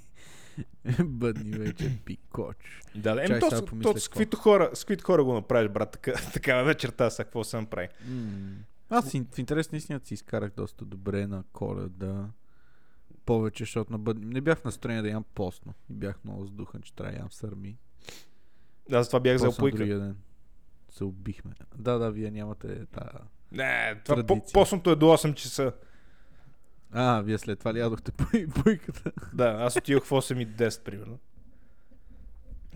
[SPEAKER 2] Бъдни вече пикоч.
[SPEAKER 1] Да, да. Еми,
[SPEAKER 2] Чай,
[SPEAKER 1] то,
[SPEAKER 2] сега
[SPEAKER 1] с-
[SPEAKER 2] помисля
[SPEAKER 1] то с
[SPEAKER 2] какво.
[SPEAKER 1] каквито хора, с каквито хора го направиш, брат, така, такава вечерта, сега какво съм прави.
[SPEAKER 2] М. Аз си- в интерес на истината си изкарах доста добре на коледа. Повече, защото на бъдни... не бях в настроение да ям постно. И бях много сдухан, че трябва да ям сърми.
[SPEAKER 1] Аз затова бях взел
[SPEAKER 2] После на
[SPEAKER 1] пуйка.
[SPEAKER 2] другия ден се убихме. Да, да, вие нямате... Да.
[SPEAKER 1] Не, това по-
[SPEAKER 2] Традиция.
[SPEAKER 1] постното е до 8 часа.
[SPEAKER 2] А, вие след това ли ядохте пуй- пуйката?
[SPEAKER 1] Да, аз отидох в 8 и 10, примерно.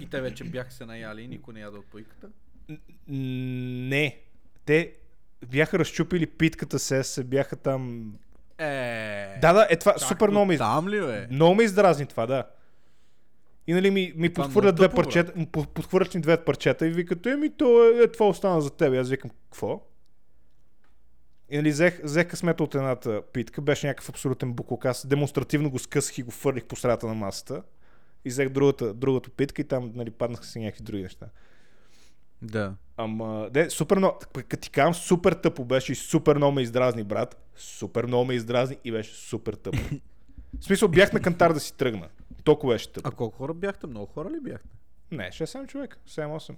[SPEAKER 2] И те вече бяха се наяли и никой не яде от пойката.
[SPEAKER 1] Н- Не. Те бяха разчупили питката се, се бяха там...
[SPEAKER 2] Е,
[SPEAKER 1] Да, да, е това
[SPEAKER 2] както
[SPEAKER 1] супер много ми...
[SPEAKER 2] Там ли бе?
[SPEAKER 1] Е. Много ме издразни това, да. И нали ми, ми
[SPEAKER 2] Това
[SPEAKER 1] подхвърлят
[SPEAKER 2] много
[SPEAKER 1] две
[SPEAKER 2] тъпо, бе.
[SPEAKER 1] парчета, м, под- подхвърлят ни две парчета и викат, еми то е, е, това остана за теб. И Аз викам, какво? И нали взех, взех късмета от едната питка, беше някакъв абсолютен буклук. Аз демонстративно го скъсах и го фърлих по средата на масата. И взех другата, другата питка и там нали, паднаха си някакви други неща.
[SPEAKER 2] Да.
[SPEAKER 1] Ама, не, супер много, като ти казвам, супер тъпо беше и супер много ме издразни, брат. Супер много ме издразни и беше супер тъпо. В смисъл, бях на кантар да си тръгна. Толкова беше тъпо.
[SPEAKER 2] А колко хора бяхте? Много хора ли бяхте?
[SPEAKER 1] Не, 6-7 човек, 7-8.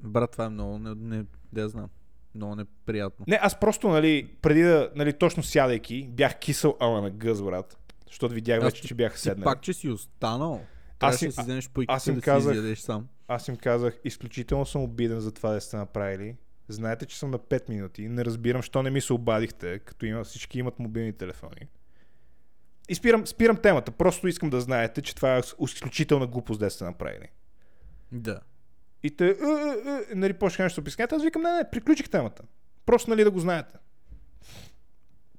[SPEAKER 2] Брат, това е много, не, не, да знам. Много неприятно.
[SPEAKER 1] Не, аз просто, нали, преди да, нали, точно сядайки, бях кисел, ама на гъз, брат. Защото видях
[SPEAKER 2] Аз
[SPEAKER 1] вече,
[SPEAKER 2] ти-
[SPEAKER 1] че бяха
[SPEAKER 2] Ти
[SPEAKER 1] седнали.
[SPEAKER 2] пак, че си останал. Трябваше
[SPEAKER 1] им-
[SPEAKER 2] да си
[SPEAKER 1] а-
[SPEAKER 2] вземеш пойката
[SPEAKER 1] аз им
[SPEAKER 2] да
[SPEAKER 1] казах-
[SPEAKER 2] си изядеш сам.
[SPEAKER 1] Аз им казах, изключително съм обиден за това да сте направили. Знаете, че съм на 5 минути. Не разбирам, що не ми се обадихте, като има, всички имат мобилни телефони. И спирам, спирам темата. Просто искам да знаете, че това е изключителна глупост да сте направили.
[SPEAKER 2] Да.
[SPEAKER 1] И те, «Е, е, е», нали, почнаха нещо да обясняват. Аз викам, не, не, приключих темата. Просто, нали, да го знаете.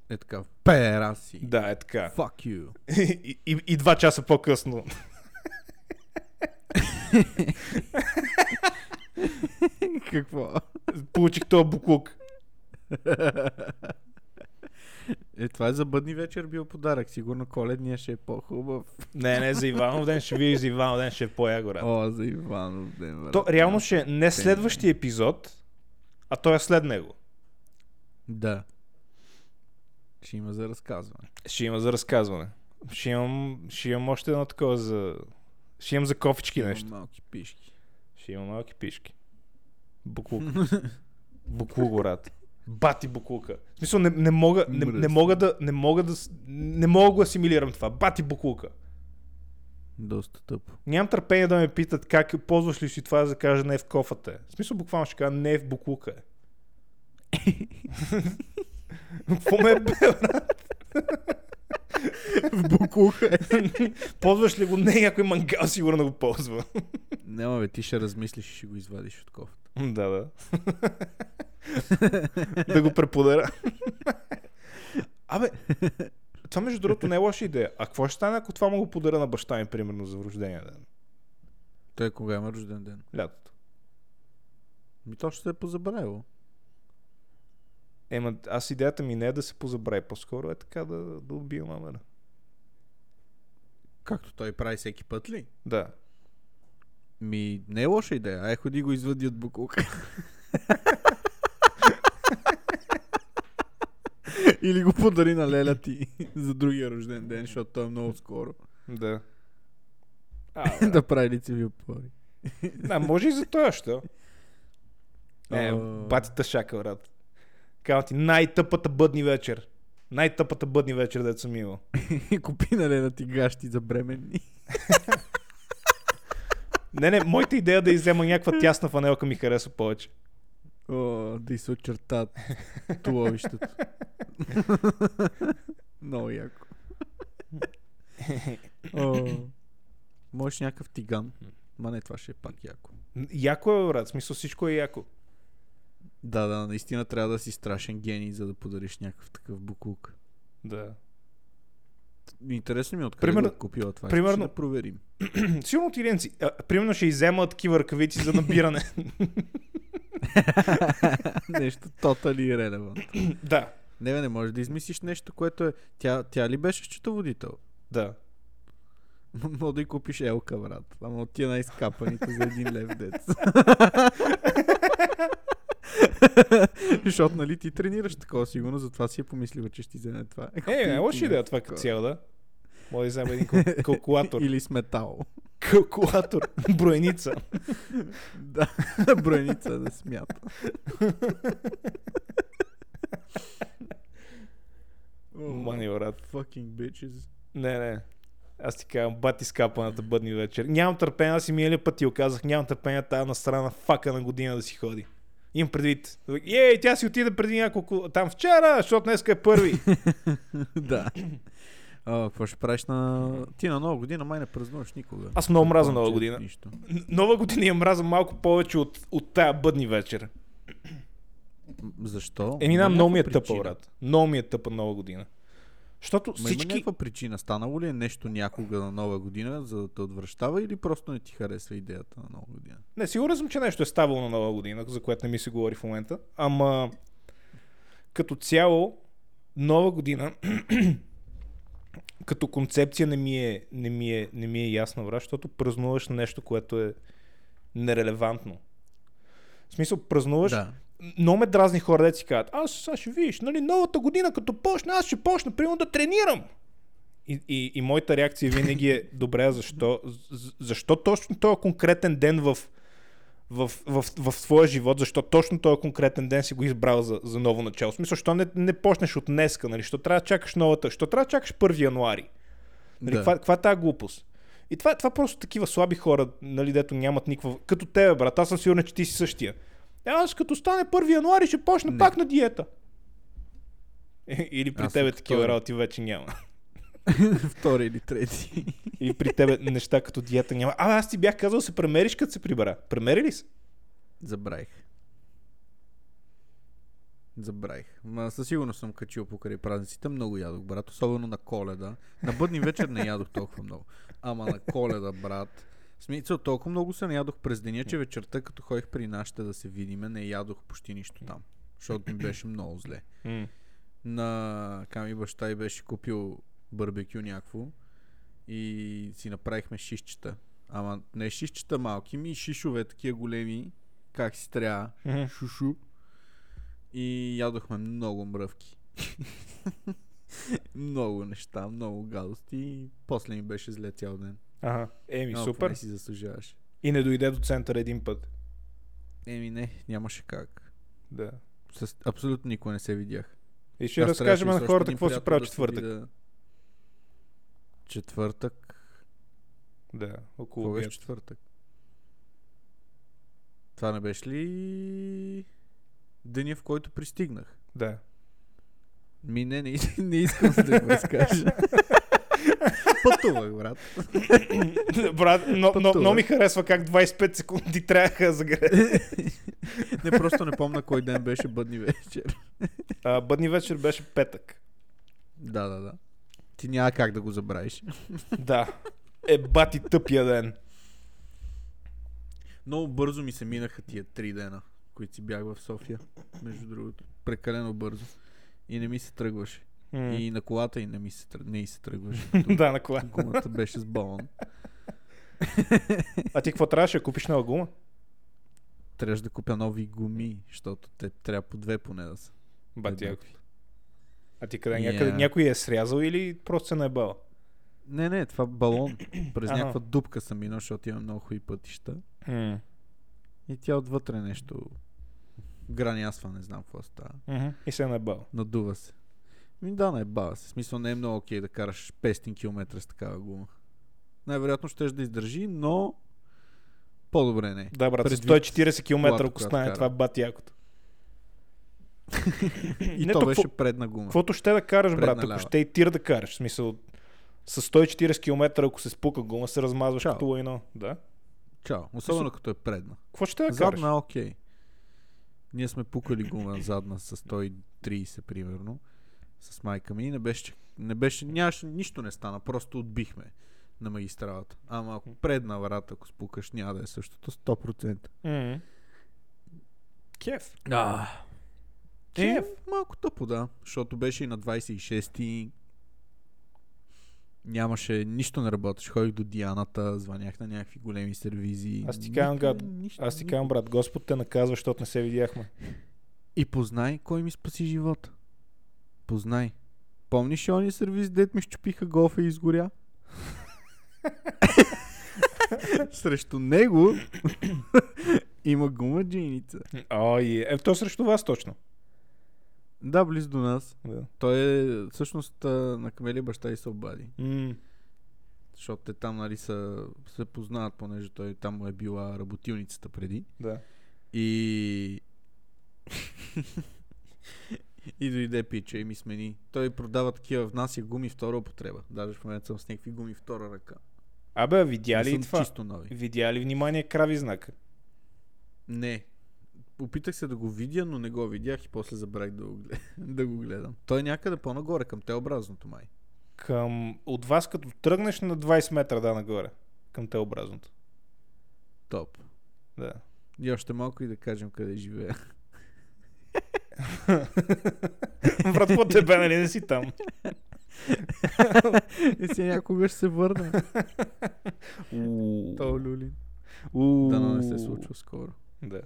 [SPEAKER 2] Е така, пера си.
[SPEAKER 1] Да, е така.
[SPEAKER 2] Fuck you.
[SPEAKER 1] и, и, и два часа по-късно.
[SPEAKER 2] Какво?
[SPEAKER 1] Получих този буклук.
[SPEAKER 2] Е, това е за бъдни вечер бил подарък. Сигурно коледния ще е по-хубав.
[SPEAKER 1] Не, не, за Иванов ден ще видиш, за Иванов ден ще е по-яго, брат.
[SPEAKER 2] О, за Иванов ден, брат.
[SPEAKER 1] То реално ще е не следващия епизод, а той е след него.
[SPEAKER 2] Да. Ще има за разказване.
[SPEAKER 1] Ще има за разказване. Ще имам, ще имам още едно такова за... Ще имам за кофички нещо.
[SPEAKER 2] Има Малки пишки.
[SPEAKER 1] Ще имам малки пишки. Буклук. Буклук, брат. Бати буклука. В смисъл, не, не, мога, не, не,
[SPEAKER 2] Мръсно.
[SPEAKER 1] мога да, не мога да... с- Не мога да го асимилирам това. Бати буклука.
[SPEAKER 2] Доста тъпо.
[SPEAKER 1] Нямам търпение да ме питат как е, ползваш ли си това, за да кажа не е в кофата. е. В смисъл буквално ще кажа не е в буклука. е. Какво ме е бе, брат?
[SPEAKER 2] В букуха.
[SPEAKER 1] Ползваш ли го? Не, някой мангал сигурно го ползва.
[SPEAKER 2] Няма бе, ти ще размислиш и ще го извадиш от кофта.
[SPEAKER 1] да, да. да го преподера. Абе, това между другото не е лоша идея. А какво ще стане, ако това му го подаря на баща ми, примерно, за рождения ден?
[SPEAKER 2] Той кога има рожден ден?
[SPEAKER 1] Лятото.
[SPEAKER 2] Ми то ще се е позабравило.
[SPEAKER 1] Ема, аз идеята ми не е да се позабрави, по-скоро е така да, да убия мамера.
[SPEAKER 2] Както той прави всеки път ли?
[SPEAKER 1] Да.
[SPEAKER 2] Ми не е лоша идея. Ай, ходи го извади от букука. Или го подари на леля ти за другия рожден ден, защото той е много скоро.
[SPEAKER 1] Да. А,
[SPEAKER 2] да прави лицеви опори.
[SPEAKER 1] да, може и за това, що? Е,
[SPEAKER 2] А.
[SPEAKER 1] батата шака, брат. Казвам ти, най-тъпата бъдни вечер. Най-тъпата бъдни вечер, дето съм имал.
[SPEAKER 2] И купи на леля ти гащи за бременни.
[SPEAKER 1] Не, не, моята идея е да иззема някаква тясна фанелка ми харесва повече.
[SPEAKER 2] О, да й се очертат туловището. Много яко. О, можеш някакъв тиган. Ма не, това ще е пак яко.
[SPEAKER 1] Н- Яко е, брат, в смисъл всичко е яко.
[SPEAKER 2] Да, да, наистина трябва да си страшен гений, за да подариш някакъв такъв буклук.
[SPEAKER 1] Да.
[SPEAKER 2] Интересно ми е откъде
[SPEAKER 1] Примерно-
[SPEAKER 2] Пример... го е купила това.
[SPEAKER 1] примерно-
[SPEAKER 2] Ще да проверим.
[SPEAKER 1] Сигурно от Иринци. А, примерно ще иззема такива ръкавици за набиране.
[SPEAKER 2] нещо totally irrelevant.
[SPEAKER 1] да,
[SPEAKER 2] Не, бе, не можеш да измислиш нещо, което е... Тя, тя ли беше счетоводител?
[SPEAKER 1] да.
[SPEAKER 2] М- Мога да й купиш елка, брат. Ама от тия най-скапаните за един лев дец. Защото, нали, ти тренираш такова, сигурно, затова си е помислила, че ще ти вземе това.
[SPEAKER 1] Е, не,
[SPEAKER 2] Купи
[SPEAKER 1] лоша
[SPEAKER 2] ти
[SPEAKER 1] идея
[SPEAKER 2] нещо
[SPEAKER 1] това като
[SPEAKER 2] такова.
[SPEAKER 1] цяло, да. Мога да иззема един кал- калкулатор.
[SPEAKER 2] Или с метал.
[SPEAKER 1] Калкулатор. Броеница.
[SPEAKER 2] Да, броеница да смята.
[SPEAKER 1] Мани, брат.
[SPEAKER 2] Fucking bitches.
[SPEAKER 1] Не, не. Аз ти казвам, бати скапаната бъдни вечер. Нямам търпение, аз и миналия път ти оказах, нямам търпение тази на страна фака на година да си ходи. Имам предвид. Ей, тя си отида преди няколко... Там вчера, защото днес е първи.
[SPEAKER 2] да. А, какво ще правиш на... Ти на нова година май не празнуваш никога.
[SPEAKER 1] Аз много мразя
[SPEAKER 2] Повече
[SPEAKER 1] нова година.
[SPEAKER 2] Нищо.
[SPEAKER 1] Н- Нова година я мраза малко повече от, от тая бъдни вечер.
[SPEAKER 2] М, Защо?
[SPEAKER 1] Еми, на
[SPEAKER 2] Има
[SPEAKER 1] много ми е
[SPEAKER 2] някаква
[SPEAKER 1] тъпа,
[SPEAKER 2] причина.
[SPEAKER 1] брат. Много ми е тъпа нова година. Защото
[SPEAKER 2] Ма има
[SPEAKER 1] всички...
[SPEAKER 2] някаква причина. Станало ли е нещо някога на нова година, за да те отвръщава или просто не ти харесва идеята на нова година?
[SPEAKER 1] Не, сигурен съм, че нещо е ставало на нова година, за което не ми се говори в момента. Ама като цяло, нова година като концепция не ми е, не ми е, не ми е ясна, брат, защото празнуваш нещо, което е нерелевантно. В смисъл, празнуваш...
[SPEAKER 2] Да.
[SPEAKER 1] Много ме дразни хора, да си казват, аз сега ще видиш, нали, новата година като почна, аз ще почна, примерно, да тренирам. И, и, и моята реакция винаги е, добре, а защо, з- защо точно този конкретен ден в, в, в, в, своя живот, защо точно този конкретен ден си го избрал за, за ново начало? В смисъл, защо не, не почнеш от днеска, нали, що трябва да чакаш новата, що трябва да чакаш 1 януари? Нали,
[SPEAKER 2] Да.
[SPEAKER 1] каква, каква е тази глупост? И това, това просто такива слаби хора, нали, дето нямат никаква... Като тебе, брат, аз съм сигурен, че ти си същия. Е, аз като стане 1 януари ще почна
[SPEAKER 2] Не.
[SPEAKER 1] пак на диета. Е, Или при
[SPEAKER 2] Аз съм
[SPEAKER 1] тебе
[SPEAKER 2] като
[SPEAKER 1] такива
[SPEAKER 2] теб.
[SPEAKER 1] работи вече няма.
[SPEAKER 2] Втори или трети.
[SPEAKER 1] Или при тебе неща като диета няма. А, аз ти бях казал се премериш като се прибера. Премери ли се?
[SPEAKER 2] Забравих. Забравих. Ма със сигурност съм качил покрай празниците. Много ядох, брат. Особено на коледа. На бъдни вечер не ядох толкова много. Ама на коледа, брат. В Смисъл, толкова много се наядох през деня, че вечерта, като ходих при нашите да се видиме, не ядох почти нищо там. Защото ми беше много зле. на Ками баща и беше купил барбекю някакво и си направихме шишчета. Ама не шишчета малки, ми шишове такива големи, как си трябва,
[SPEAKER 1] Мгм.
[SPEAKER 2] шушу. И ядохме много мръвки. много неща, много гадости и после ми беше зле цял ден.
[SPEAKER 1] Ага. Еми,
[SPEAKER 2] Ама
[SPEAKER 1] супер.
[SPEAKER 2] поне си заслужаваш.
[SPEAKER 1] И не дойде до центъра един път.
[SPEAKER 2] Еми не, нямаше как.
[SPEAKER 1] Да.
[SPEAKER 2] С абсолютно никой не се видях.
[SPEAKER 1] И ще
[SPEAKER 2] Аз трябваше
[SPEAKER 1] разкажем
[SPEAKER 2] и
[SPEAKER 1] на
[SPEAKER 2] с още
[SPEAKER 1] хората
[SPEAKER 2] един
[SPEAKER 1] какво се
[SPEAKER 2] приятел
[SPEAKER 1] прави
[SPEAKER 2] да
[SPEAKER 1] четвъртък.
[SPEAKER 2] отида- Четвъртък?
[SPEAKER 1] Да, около
[SPEAKER 2] Какво беше
[SPEAKER 1] обяд.
[SPEAKER 2] четвъртък? Това не беше ли деня, в който пристигнах?
[SPEAKER 1] Да.
[SPEAKER 2] Ми не, не, не искам да го разкажа. Пътувах, брат.
[SPEAKER 1] Брат, но, но,
[SPEAKER 2] Пътува.
[SPEAKER 1] но ми харесва как 25 секунди трябваха за гре.
[SPEAKER 2] Не, просто не помня кой ден беше бъдни вечер.
[SPEAKER 1] А, Бъдни вечер беше петък.
[SPEAKER 2] Да, да, да. Ти няма как да го забравиш.
[SPEAKER 1] Да. Е, бати тъпия ден.
[SPEAKER 2] Много бързо ми се минаха тия три дена, които си бях в София, между другото. Прекалено бързо. И не ми се тръгваше.
[SPEAKER 1] М.
[SPEAKER 2] И на колата и не ми се, тръг- не и се тръгваше.
[SPEAKER 1] Да, на кола.
[SPEAKER 2] Гумата беше с балон.
[SPEAKER 1] А ти какво трябваше да купиш нова гума?
[SPEAKER 2] Трябваше да купя нови гуми, защото те трябва по две поне да са.
[SPEAKER 1] Бати,
[SPEAKER 2] Еднакви.
[SPEAKER 1] яко. А ти къде? Някъде,
[SPEAKER 2] Я.
[SPEAKER 1] някой я е срязал или просто се наебала?
[SPEAKER 2] Не, не, това балон. През
[SPEAKER 1] Ага.
[SPEAKER 2] някаква дупка съм минал, защото имам много хубави пътища.
[SPEAKER 1] М.
[SPEAKER 2] И тя отвътре нещо гранясва, не знам какво става.
[SPEAKER 1] Мгм. И се е наебала.
[SPEAKER 2] Надува се. Ми да, наебава се. В Смисъл не е много окей да караш 500 км с такава гума. Най-вероятно ще да издържи, но по-добре не.
[SPEAKER 1] Да, брат, с
[SPEAKER 2] Предвид
[SPEAKER 1] 140 км,
[SPEAKER 2] колата,
[SPEAKER 1] ако
[SPEAKER 2] която
[SPEAKER 1] стане
[SPEAKER 2] кара.
[SPEAKER 1] това бати якото.
[SPEAKER 2] И
[SPEAKER 1] Не,
[SPEAKER 2] то
[SPEAKER 1] то
[SPEAKER 2] беше
[SPEAKER 1] какво-
[SPEAKER 2] предна гума.
[SPEAKER 1] Каквото ще да караш, брат,
[SPEAKER 2] Предна
[SPEAKER 1] ако
[SPEAKER 2] лява.
[SPEAKER 1] ще и тир да караш. В смисъл, с 140 км, ако се спука гума, се размазваш
[SPEAKER 2] Чао.
[SPEAKER 1] като лайно. Да.
[SPEAKER 2] Чао. Особено като е предна.
[SPEAKER 1] Какво ще да караш?
[SPEAKER 2] Задна, е окей. Ние сме пукали гума задна с 130 примерно. С майка ми и не беше, че- не беше, нямаше, нищо не стана, просто отбихме на магистралата. Ама ако предна врата, ако спукаш, няма да е същото 100%.
[SPEAKER 1] Мгм. Кеф.
[SPEAKER 2] А, е,
[SPEAKER 1] Кеф.
[SPEAKER 2] малко тъпо, да, защото беше и на 26-ти. Нямаше, нищо не работеше. Ходих до Дианата, звънях на някакви големи сервизи.
[SPEAKER 1] Аз ти казвам,
[SPEAKER 2] Никъде
[SPEAKER 1] гад,
[SPEAKER 2] нищо,
[SPEAKER 1] Аз ти
[SPEAKER 2] никъде.
[SPEAKER 1] казвам, брат, Господ те наказва, защото не се видяхме.
[SPEAKER 2] И познай кой ми спаси живота. Познай. Помниш ли ония сервиз, дет ми щупиха голфа и изгоря? Срещу него има гума джиница.
[SPEAKER 1] Ой, е, то срещу вас точно.
[SPEAKER 2] Да, близо до нас.
[SPEAKER 1] Да.
[SPEAKER 2] Той е всъщност а, на Камелия баща и се обади.
[SPEAKER 1] М,
[SPEAKER 2] Защото те там нали са, се познават, понеже той там му е била работилницата преди.
[SPEAKER 1] да.
[SPEAKER 2] И... И дойде пича и ми смени. Той продава такива, внася гуми втора употреба. Даже в момента съм с някакви гуми втора ръка.
[SPEAKER 1] Абе, видя
[SPEAKER 2] Не
[SPEAKER 1] ли е
[SPEAKER 2] съм
[SPEAKER 1] това?
[SPEAKER 2] чисто нови.
[SPEAKER 1] Видя ли внимание крави знак?
[SPEAKER 2] Не. Опитах се да го видя, но не го видях и после забравих да го, глед... да го гледам. Той е някъде по-нагоре, към Т-образното май.
[SPEAKER 1] Към... От вас като тръгнеш на 20 метра да нагоре. Към Т-образното.
[SPEAKER 2] Топ.
[SPEAKER 1] Да.
[SPEAKER 2] И още малко и да кажем къде живея.
[SPEAKER 1] Братко, тебе нали не си там?
[SPEAKER 2] и си някога ще се върна.
[SPEAKER 1] Ууу.
[SPEAKER 2] То люлин.
[SPEAKER 1] Ууу.
[SPEAKER 2] Да, но не се случва скоро.
[SPEAKER 1] Да.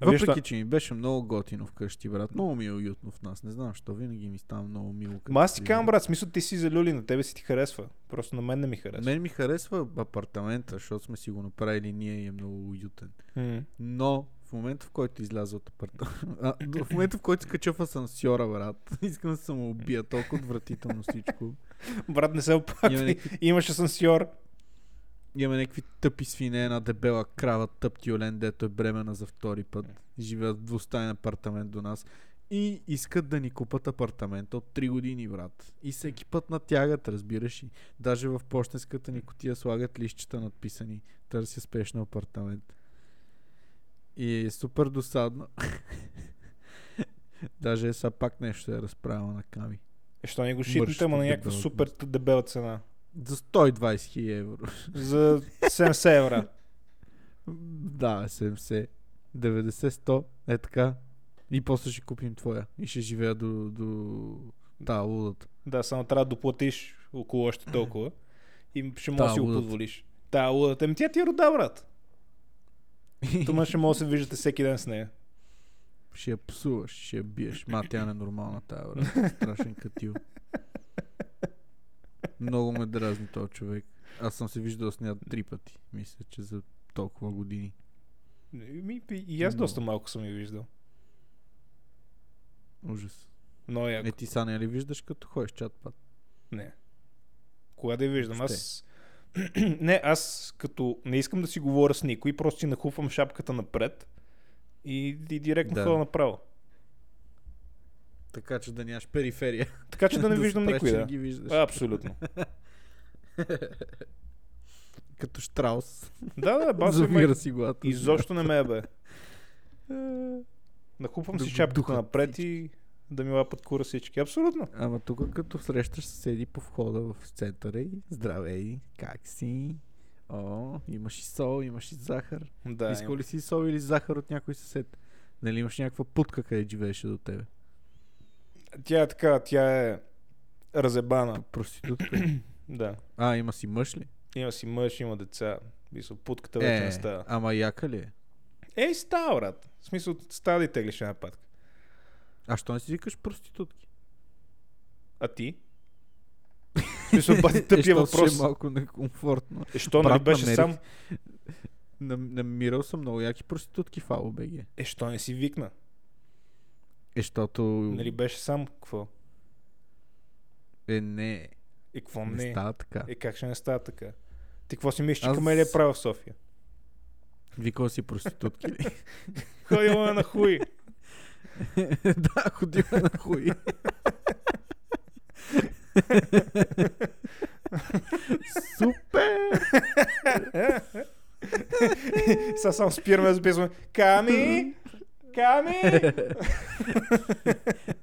[SPEAKER 1] А виж
[SPEAKER 2] Въпреки,
[SPEAKER 1] това.
[SPEAKER 2] че ми беше много готино вкъщи, брат. Много ми е уютно в нас. Не знам, защо винаги ми става много мило. като
[SPEAKER 1] Ма аз ти
[SPEAKER 2] влизам.
[SPEAKER 1] казвам, брат, смисъл ти си за люли, на тебе си ти харесва. Просто на мен не ми харесва.
[SPEAKER 2] Мен ми харесва апартамента, защото сме си го направили ние и е много уютен.
[SPEAKER 1] М.
[SPEAKER 2] Но в момента, в който изляза от апартамента, в момента, в който скача в асансьора, брат, искам да се му убия толкова отвратително всичко.
[SPEAKER 1] Брат, не се
[SPEAKER 2] Има
[SPEAKER 1] опаквай.
[SPEAKER 2] някакви,
[SPEAKER 1] Имаш асансьор.
[SPEAKER 2] има някакви тъпи свине, една дебела крава, тъп тюлен, дето е бремена за втори път. Живеят в двустаен апартамент до нас. И искат да ни купат апартамент от 3 години, брат. И всеки път натягат, разбираш и. Даже в почтенската ни котия слагат лищчета надписани. Търся спешно апартамент. И е супер досадно. Даже сега пак нещо се е разправила на Ками.
[SPEAKER 1] Е, Що не го
[SPEAKER 2] Мършата
[SPEAKER 1] шитнете, ама на някаква
[SPEAKER 2] дебела
[SPEAKER 1] супер дебела цена.
[SPEAKER 2] За 120 000 евро.
[SPEAKER 1] За 70 евро.
[SPEAKER 2] Да, 70, 90, 100, е така. И после ще купим твоя. И ще живея до, до... Да, лудата.
[SPEAKER 1] Да, само трябва да доплатиш около още толкова. И ще
[SPEAKER 2] Та,
[SPEAKER 1] можеш да си го
[SPEAKER 2] лудата.
[SPEAKER 1] позволиш. Та, лудата. Ами тя ти е рода, брат. Тума ще може да се виждате всеки ден с нея.
[SPEAKER 2] ще я псуваш, ще я биеш. Ма, тя не е нормална тая, брат. Страшен катил. Много ме дразни този човек. Аз съм се виждал с нея три пъти. Мисля, че за толкова години.
[SPEAKER 1] Ми, и- и аз
[SPEAKER 2] Много.
[SPEAKER 1] доста малко съм я виждал.
[SPEAKER 2] Ужас.
[SPEAKER 1] Но
[SPEAKER 2] Е,
[SPEAKER 1] яко.
[SPEAKER 2] ти са не ли виждаш като ходиш чат пат?
[SPEAKER 1] Не. Кога да я виждам?
[SPEAKER 2] Сте.
[SPEAKER 1] Аз... не, аз като не искам да си говоря с никой, просто си нахупвам шапката напред и, и директно
[SPEAKER 2] Да.
[SPEAKER 1] да. хода направо.
[SPEAKER 2] Така че да нямаш периферия.
[SPEAKER 1] Така че да не виждам
[SPEAKER 2] спреш,
[SPEAKER 1] никой,
[SPEAKER 2] че
[SPEAKER 1] да.
[SPEAKER 2] не ги виждаш.
[SPEAKER 1] А, Абсолютно.
[SPEAKER 2] Като Штраус.
[SPEAKER 1] Да, да, база
[SPEAKER 2] Завира
[SPEAKER 1] ме...
[SPEAKER 2] си главата.
[SPEAKER 1] Изобщо не ме е, бе. Нахупвам
[SPEAKER 2] Да
[SPEAKER 1] си
[SPEAKER 2] го
[SPEAKER 1] шапката
[SPEAKER 2] духат
[SPEAKER 1] напред и да ми лапат кура всички. Абсолютно.
[SPEAKER 2] Ама тук като срещаш съседи по входа в центъра и здравей, как си? О, имаш и сол, имаш и захар. Да,
[SPEAKER 1] Да,
[SPEAKER 2] Искал ли си сол или захар от някой съсед? Нали имаш някаква путка, къде живееше до тебе?
[SPEAKER 1] Тя е така, тя е разебана.
[SPEAKER 2] Проститутка. ли?
[SPEAKER 1] Да.
[SPEAKER 2] А, има си мъж ли? Е,
[SPEAKER 1] Има си мъж, има деца. Мисъл, путката вече не става.
[SPEAKER 2] ама яка ли е?
[SPEAKER 1] Ей, става, брат. В смисъл, става да и теглиш една патка.
[SPEAKER 2] А що не си викаш проститутки?
[SPEAKER 1] А ти? В смисъл, бати тъпия
[SPEAKER 2] Е, що ще
[SPEAKER 1] въпрос.
[SPEAKER 2] е малко некомфортно.
[SPEAKER 1] Е, Що нали
[SPEAKER 2] Брат,
[SPEAKER 1] беше
[SPEAKER 2] намерих.
[SPEAKER 1] сам?
[SPEAKER 2] Нам- Намирал съм много яки проститутки в АОБГ.
[SPEAKER 1] Е, що не си викна?
[SPEAKER 2] Е, щото...
[SPEAKER 1] Нали беше сам? Какво?
[SPEAKER 2] Е, не.
[SPEAKER 1] Е, какво
[SPEAKER 2] Не,
[SPEAKER 1] не?
[SPEAKER 2] става така.
[SPEAKER 1] Е, как ще не става така? Ти какво си мислиш, че
[SPEAKER 2] Аз-
[SPEAKER 1] Камелия е права в София?
[SPEAKER 2] Викал си проститутки ли?
[SPEAKER 1] Ходила е на хуй.
[SPEAKER 2] да, ходила на хуй. Супер!
[SPEAKER 1] Сега само спираме да записваме. Ками! Ками!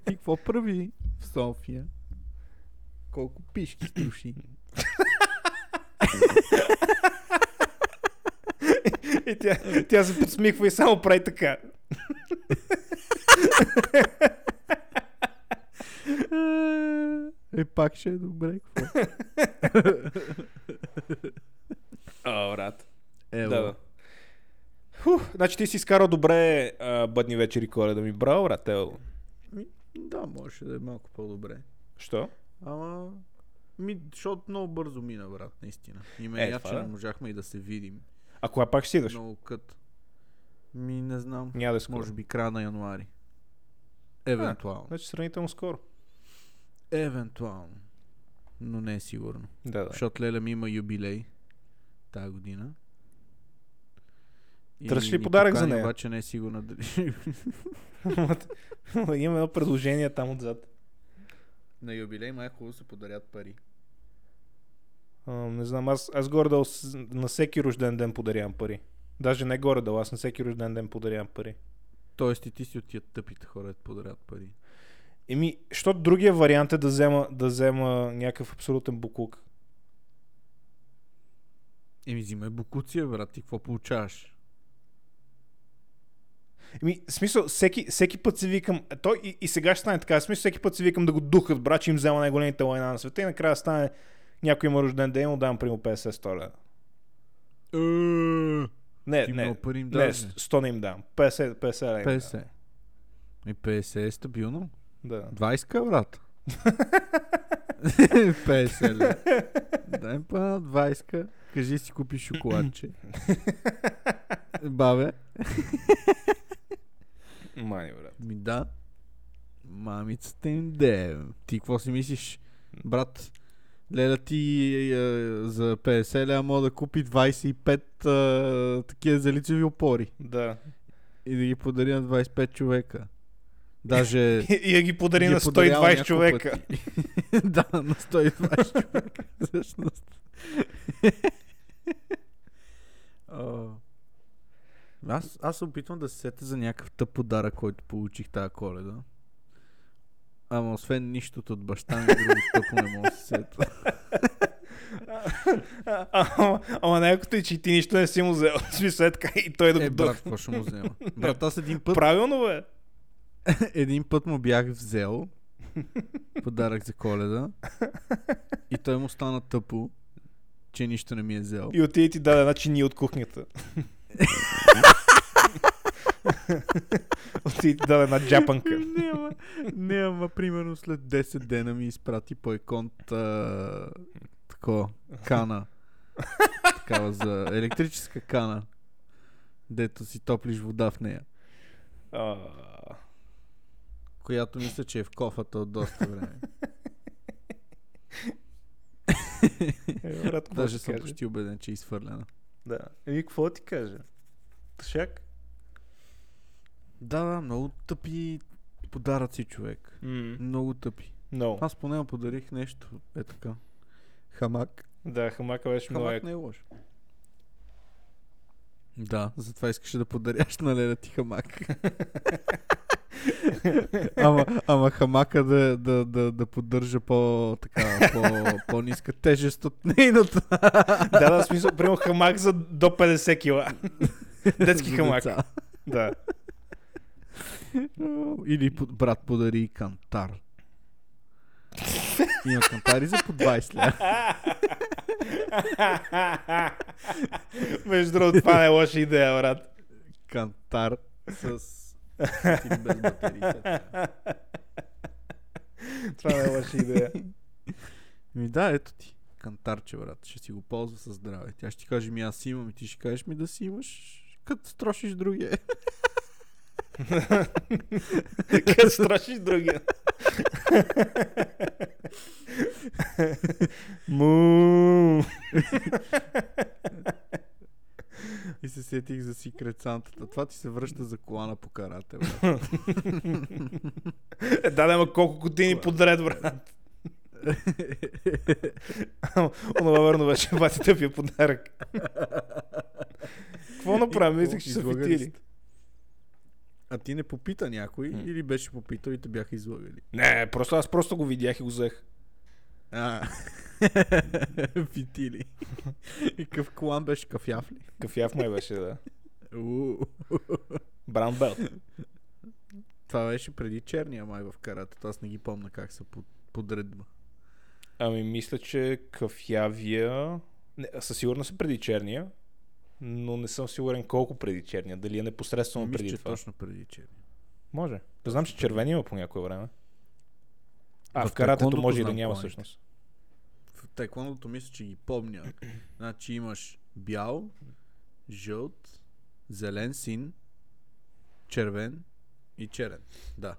[SPEAKER 2] Ти какво прави в София? Колко пишки струши?
[SPEAKER 1] И тя, тя се подсмихва и само прави така.
[SPEAKER 2] Е, пак ще е добре. Какво?
[SPEAKER 1] О, брат.
[SPEAKER 2] Ево.
[SPEAKER 1] Да, да. Ху, значи ти си изкарал добре а, бъдни вечери коледа ми. Браво, брат, ело.
[SPEAKER 2] Ми, да, можеше да е малко по-добре.
[SPEAKER 1] Що?
[SPEAKER 2] Ама... Ми, защото много бързо мина, брат, наистина. И ме
[SPEAKER 1] Е,
[SPEAKER 2] е, я,
[SPEAKER 1] това
[SPEAKER 2] че
[SPEAKER 1] да.
[SPEAKER 2] не можахме и да се видим.
[SPEAKER 1] А кога пак ще идваш?
[SPEAKER 2] Много кът. Ми, не знам.
[SPEAKER 1] Няма да е скоро.
[SPEAKER 2] Може Е. би края на януари. Евентуално.
[SPEAKER 1] Значи сравнително скоро.
[SPEAKER 2] Евентуално. Но не е сигурно.
[SPEAKER 1] Да, да.
[SPEAKER 2] Защото Леля ми има юбилей тази година. И
[SPEAKER 1] Търсиш ли
[SPEAKER 2] ни
[SPEAKER 1] подарък за
[SPEAKER 2] покани,
[SPEAKER 1] нея?
[SPEAKER 2] Обаче не е сигурна дали.
[SPEAKER 1] Имам едно предложение там отзад.
[SPEAKER 2] На юбилей май е хубаво да се подарят пари.
[SPEAKER 1] А, не знам, аз, аз горе-долу с- на всеки рожден ден подарявам пари. Даже не горе-долу, аз на всеки рожден ден подарявам пари.
[SPEAKER 2] Тоест и ти си от тия тъпите хора, да подарят пари.
[SPEAKER 1] Еми, защото другия вариант е да взема, да взема някакъв абсолютен буклук.
[SPEAKER 2] Еми, взимай букуция, брат, ти какво получаваш?
[SPEAKER 1] Еми, Ами, в смисъл, всеки, всеки път си викам, а той и, и сега ще стане така, в смисъл, всеки път си викам да го духат, брат, че им взема най-големите лайна на света и накрая стане някой има рожден ден и му давам примерно 50 100 Не,
[SPEAKER 2] Е, Ти
[SPEAKER 1] не,
[SPEAKER 2] много пари им
[SPEAKER 1] не,
[SPEAKER 2] даваш. бе.
[SPEAKER 1] 100 не им давам. 50, 50 лева. им давам.
[SPEAKER 2] 50. И 50 е стабилно.
[SPEAKER 1] Да.
[SPEAKER 2] 20 брат. 50 лева. Дай па на 20 Кажи си купи шоколадче. Бабе.
[SPEAKER 1] Мани, брат.
[SPEAKER 2] Ми да. Мамицата им де. Ти какво си мислиш, брат? Леля ти е, за 50 лева мога да купи 25 е, такива залицеви опори
[SPEAKER 1] Да.
[SPEAKER 2] и да ги подари на 25 човека. Даже
[SPEAKER 1] И, и я ги подари
[SPEAKER 2] ги
[SPEAKER 1] на
[SPEAKER 2] е подарял
[SPEAKER 1] 120
[SPEAKER 2] няколко
[SPEAKER 1] човека.
[SPEAKER 2] пъти. да, на 120 човека. Всъщност. О. аз, аз се опитвам да се сетя за някакъв тъп подарък, който получих тази коледа. Ама освен нищото от баща ми, друго тъпо не мога да се сетя.
[SPEAKER 1] А, Ама, ама най-якото е, че и ти нищо не си му взел. В смисъл е така и той да
[SPEAKER 2] Е,
[SPEAKER 1] го
[SPEAKER 2] брат,
[SPEAKER 1] духа.
[SPEAKER 2] какво ще му взема? Брат, аз един път,
[SPEAKER 1] Правилно, бе.
[SPEAKER 2] един път му бях взел подарък за коледа и той му стана тъпо, че нищо не ми е взел.
[SPEAKER 1] И отиде и ти даде една чиния от кухнята. отиде и ти даде една джапанка.
[SPEAKER 2] Не, ама, не, ама, примерно след 10 дена ми изпрати по еконт а, тако, кана. Такава за електрическа кана. Дето си топлиш вода в нея.
[SPEAKER 1] А,
[SPEAKER 2] Която мисля, че е в кофата от доста време.
[SPEAKER 1] е, брат, какво
[SPEAKER 2] Даже
[SPEAKER 1] ти
[SPEAKER 2] съм
[SPEAKER 1] кажа?
[SPEAKER 2] почти убеден, че е изфърлена.
[SPEAKER 1] Да. Еми, какво ти кажа? Тъшак?
[SPEAKER 2] Да, да, много тъпи подаръци човек. Много тъпи.
[SPEAKER 1] Много.
[SPEAKER 2] Аз поне му подарих нещо. Е така. Хамак.
[SPEAKER 1] Да, хамака беше много
[SPEAKER 2] Хамак
[SPEAKER 1] яко.
[SPEAKER 2] не е лошо. Да, затова искаше да подаряш на Леля ти хамак. ама, ама хамака да, да, да, да поддържа по, така, по, по-ниска тежест от нейната. е.
[SPEAKER 1] Да, да, в смисъл, примерно хамак за до 50 кила. Детски
[SPEAKER 2] за
[SPEAKER 1] хамак.
[SPEAKER 2] деца.
[SPEAKER 1] Да.
[SPEAKER 2] Или под- брат подари и кантар. Има кантари за по 20 лева.
[SPEAKER 1] Между другото, това не е лоша идея, брат.
[SPEAKER 2] Кантар с... Без батерии.
[SPEAKER 1] Това не е лоша идея.
[SPEAKER 2] Ми Ами да, ето ти. Кантарче, брат. Ще си го ползва със здраве. Тя ще ти каже, ми аз си имам и ти ще кажеш ми да си имаш, като строшиш другия.
[SPEAKER 1] Като страшиш другия. Му.
[SPEAKER 2] И се сетих за си крецантата. Това ти се връща за колана по карате, брат.
[SPEAKER 1] Е, Да, да, ама колко години подред, брат. Ама, Онова верно беше бати тъпия подарък. Какво направи?
[SPEAKER 2] И
[SPEAKER 1] Мислех, че са
[SPEAKER 2] излагали
[SPEAKER 1] фитили.
[SPEAKER 2] сте. А ти не попита някой
[SPEAKER 1] М.
[SPEAKER 2] или беше попитал и те бяха излагали?
[SPEAKER 1] Не, просто аз просто го видях и го взех.
[SPEAKER 2] А. Питили. И къв колан беше кафяв ли?
[SPEAKER 1] Кафяв май беше, да.
[SPEAKER 2] У.
[SPEAKER 1] Браун белт.
[SPEAKER 2] Това беше преди черния май в каратата. Аз не ги помня как са под, подредба.
[SPEAKER 1] Ами мисля, че кафявия... Не, със сигурност е преди черния, но не съм сигурен колко преди черния. Дали е непосредствено
[SPEAKER 2] Мисля,
[SPEAKER 1] преди
[SPEAKER 2] че
[SPEAKER 1] това.
[SPEAKER 2] точно преди черния.
[SPEAKER 1] Може. Да знам, че червени има по някое време. А,
[SPEAKER 2] В
[SPEAKER 1] в, каратето
[SPEAKER 2] таеквондото
[SPEAKER 1] може и да
[SPEAKER 2] знам е.
[SPEAKER 1] няма
[SPEAKER 2] планите.
[SPEAKER 1] всъщност.
[SPEAKER 2] в тайквондото мисля, че ги помня. Значи имаш бял, жълт, зелен, син, червен и черен. Да.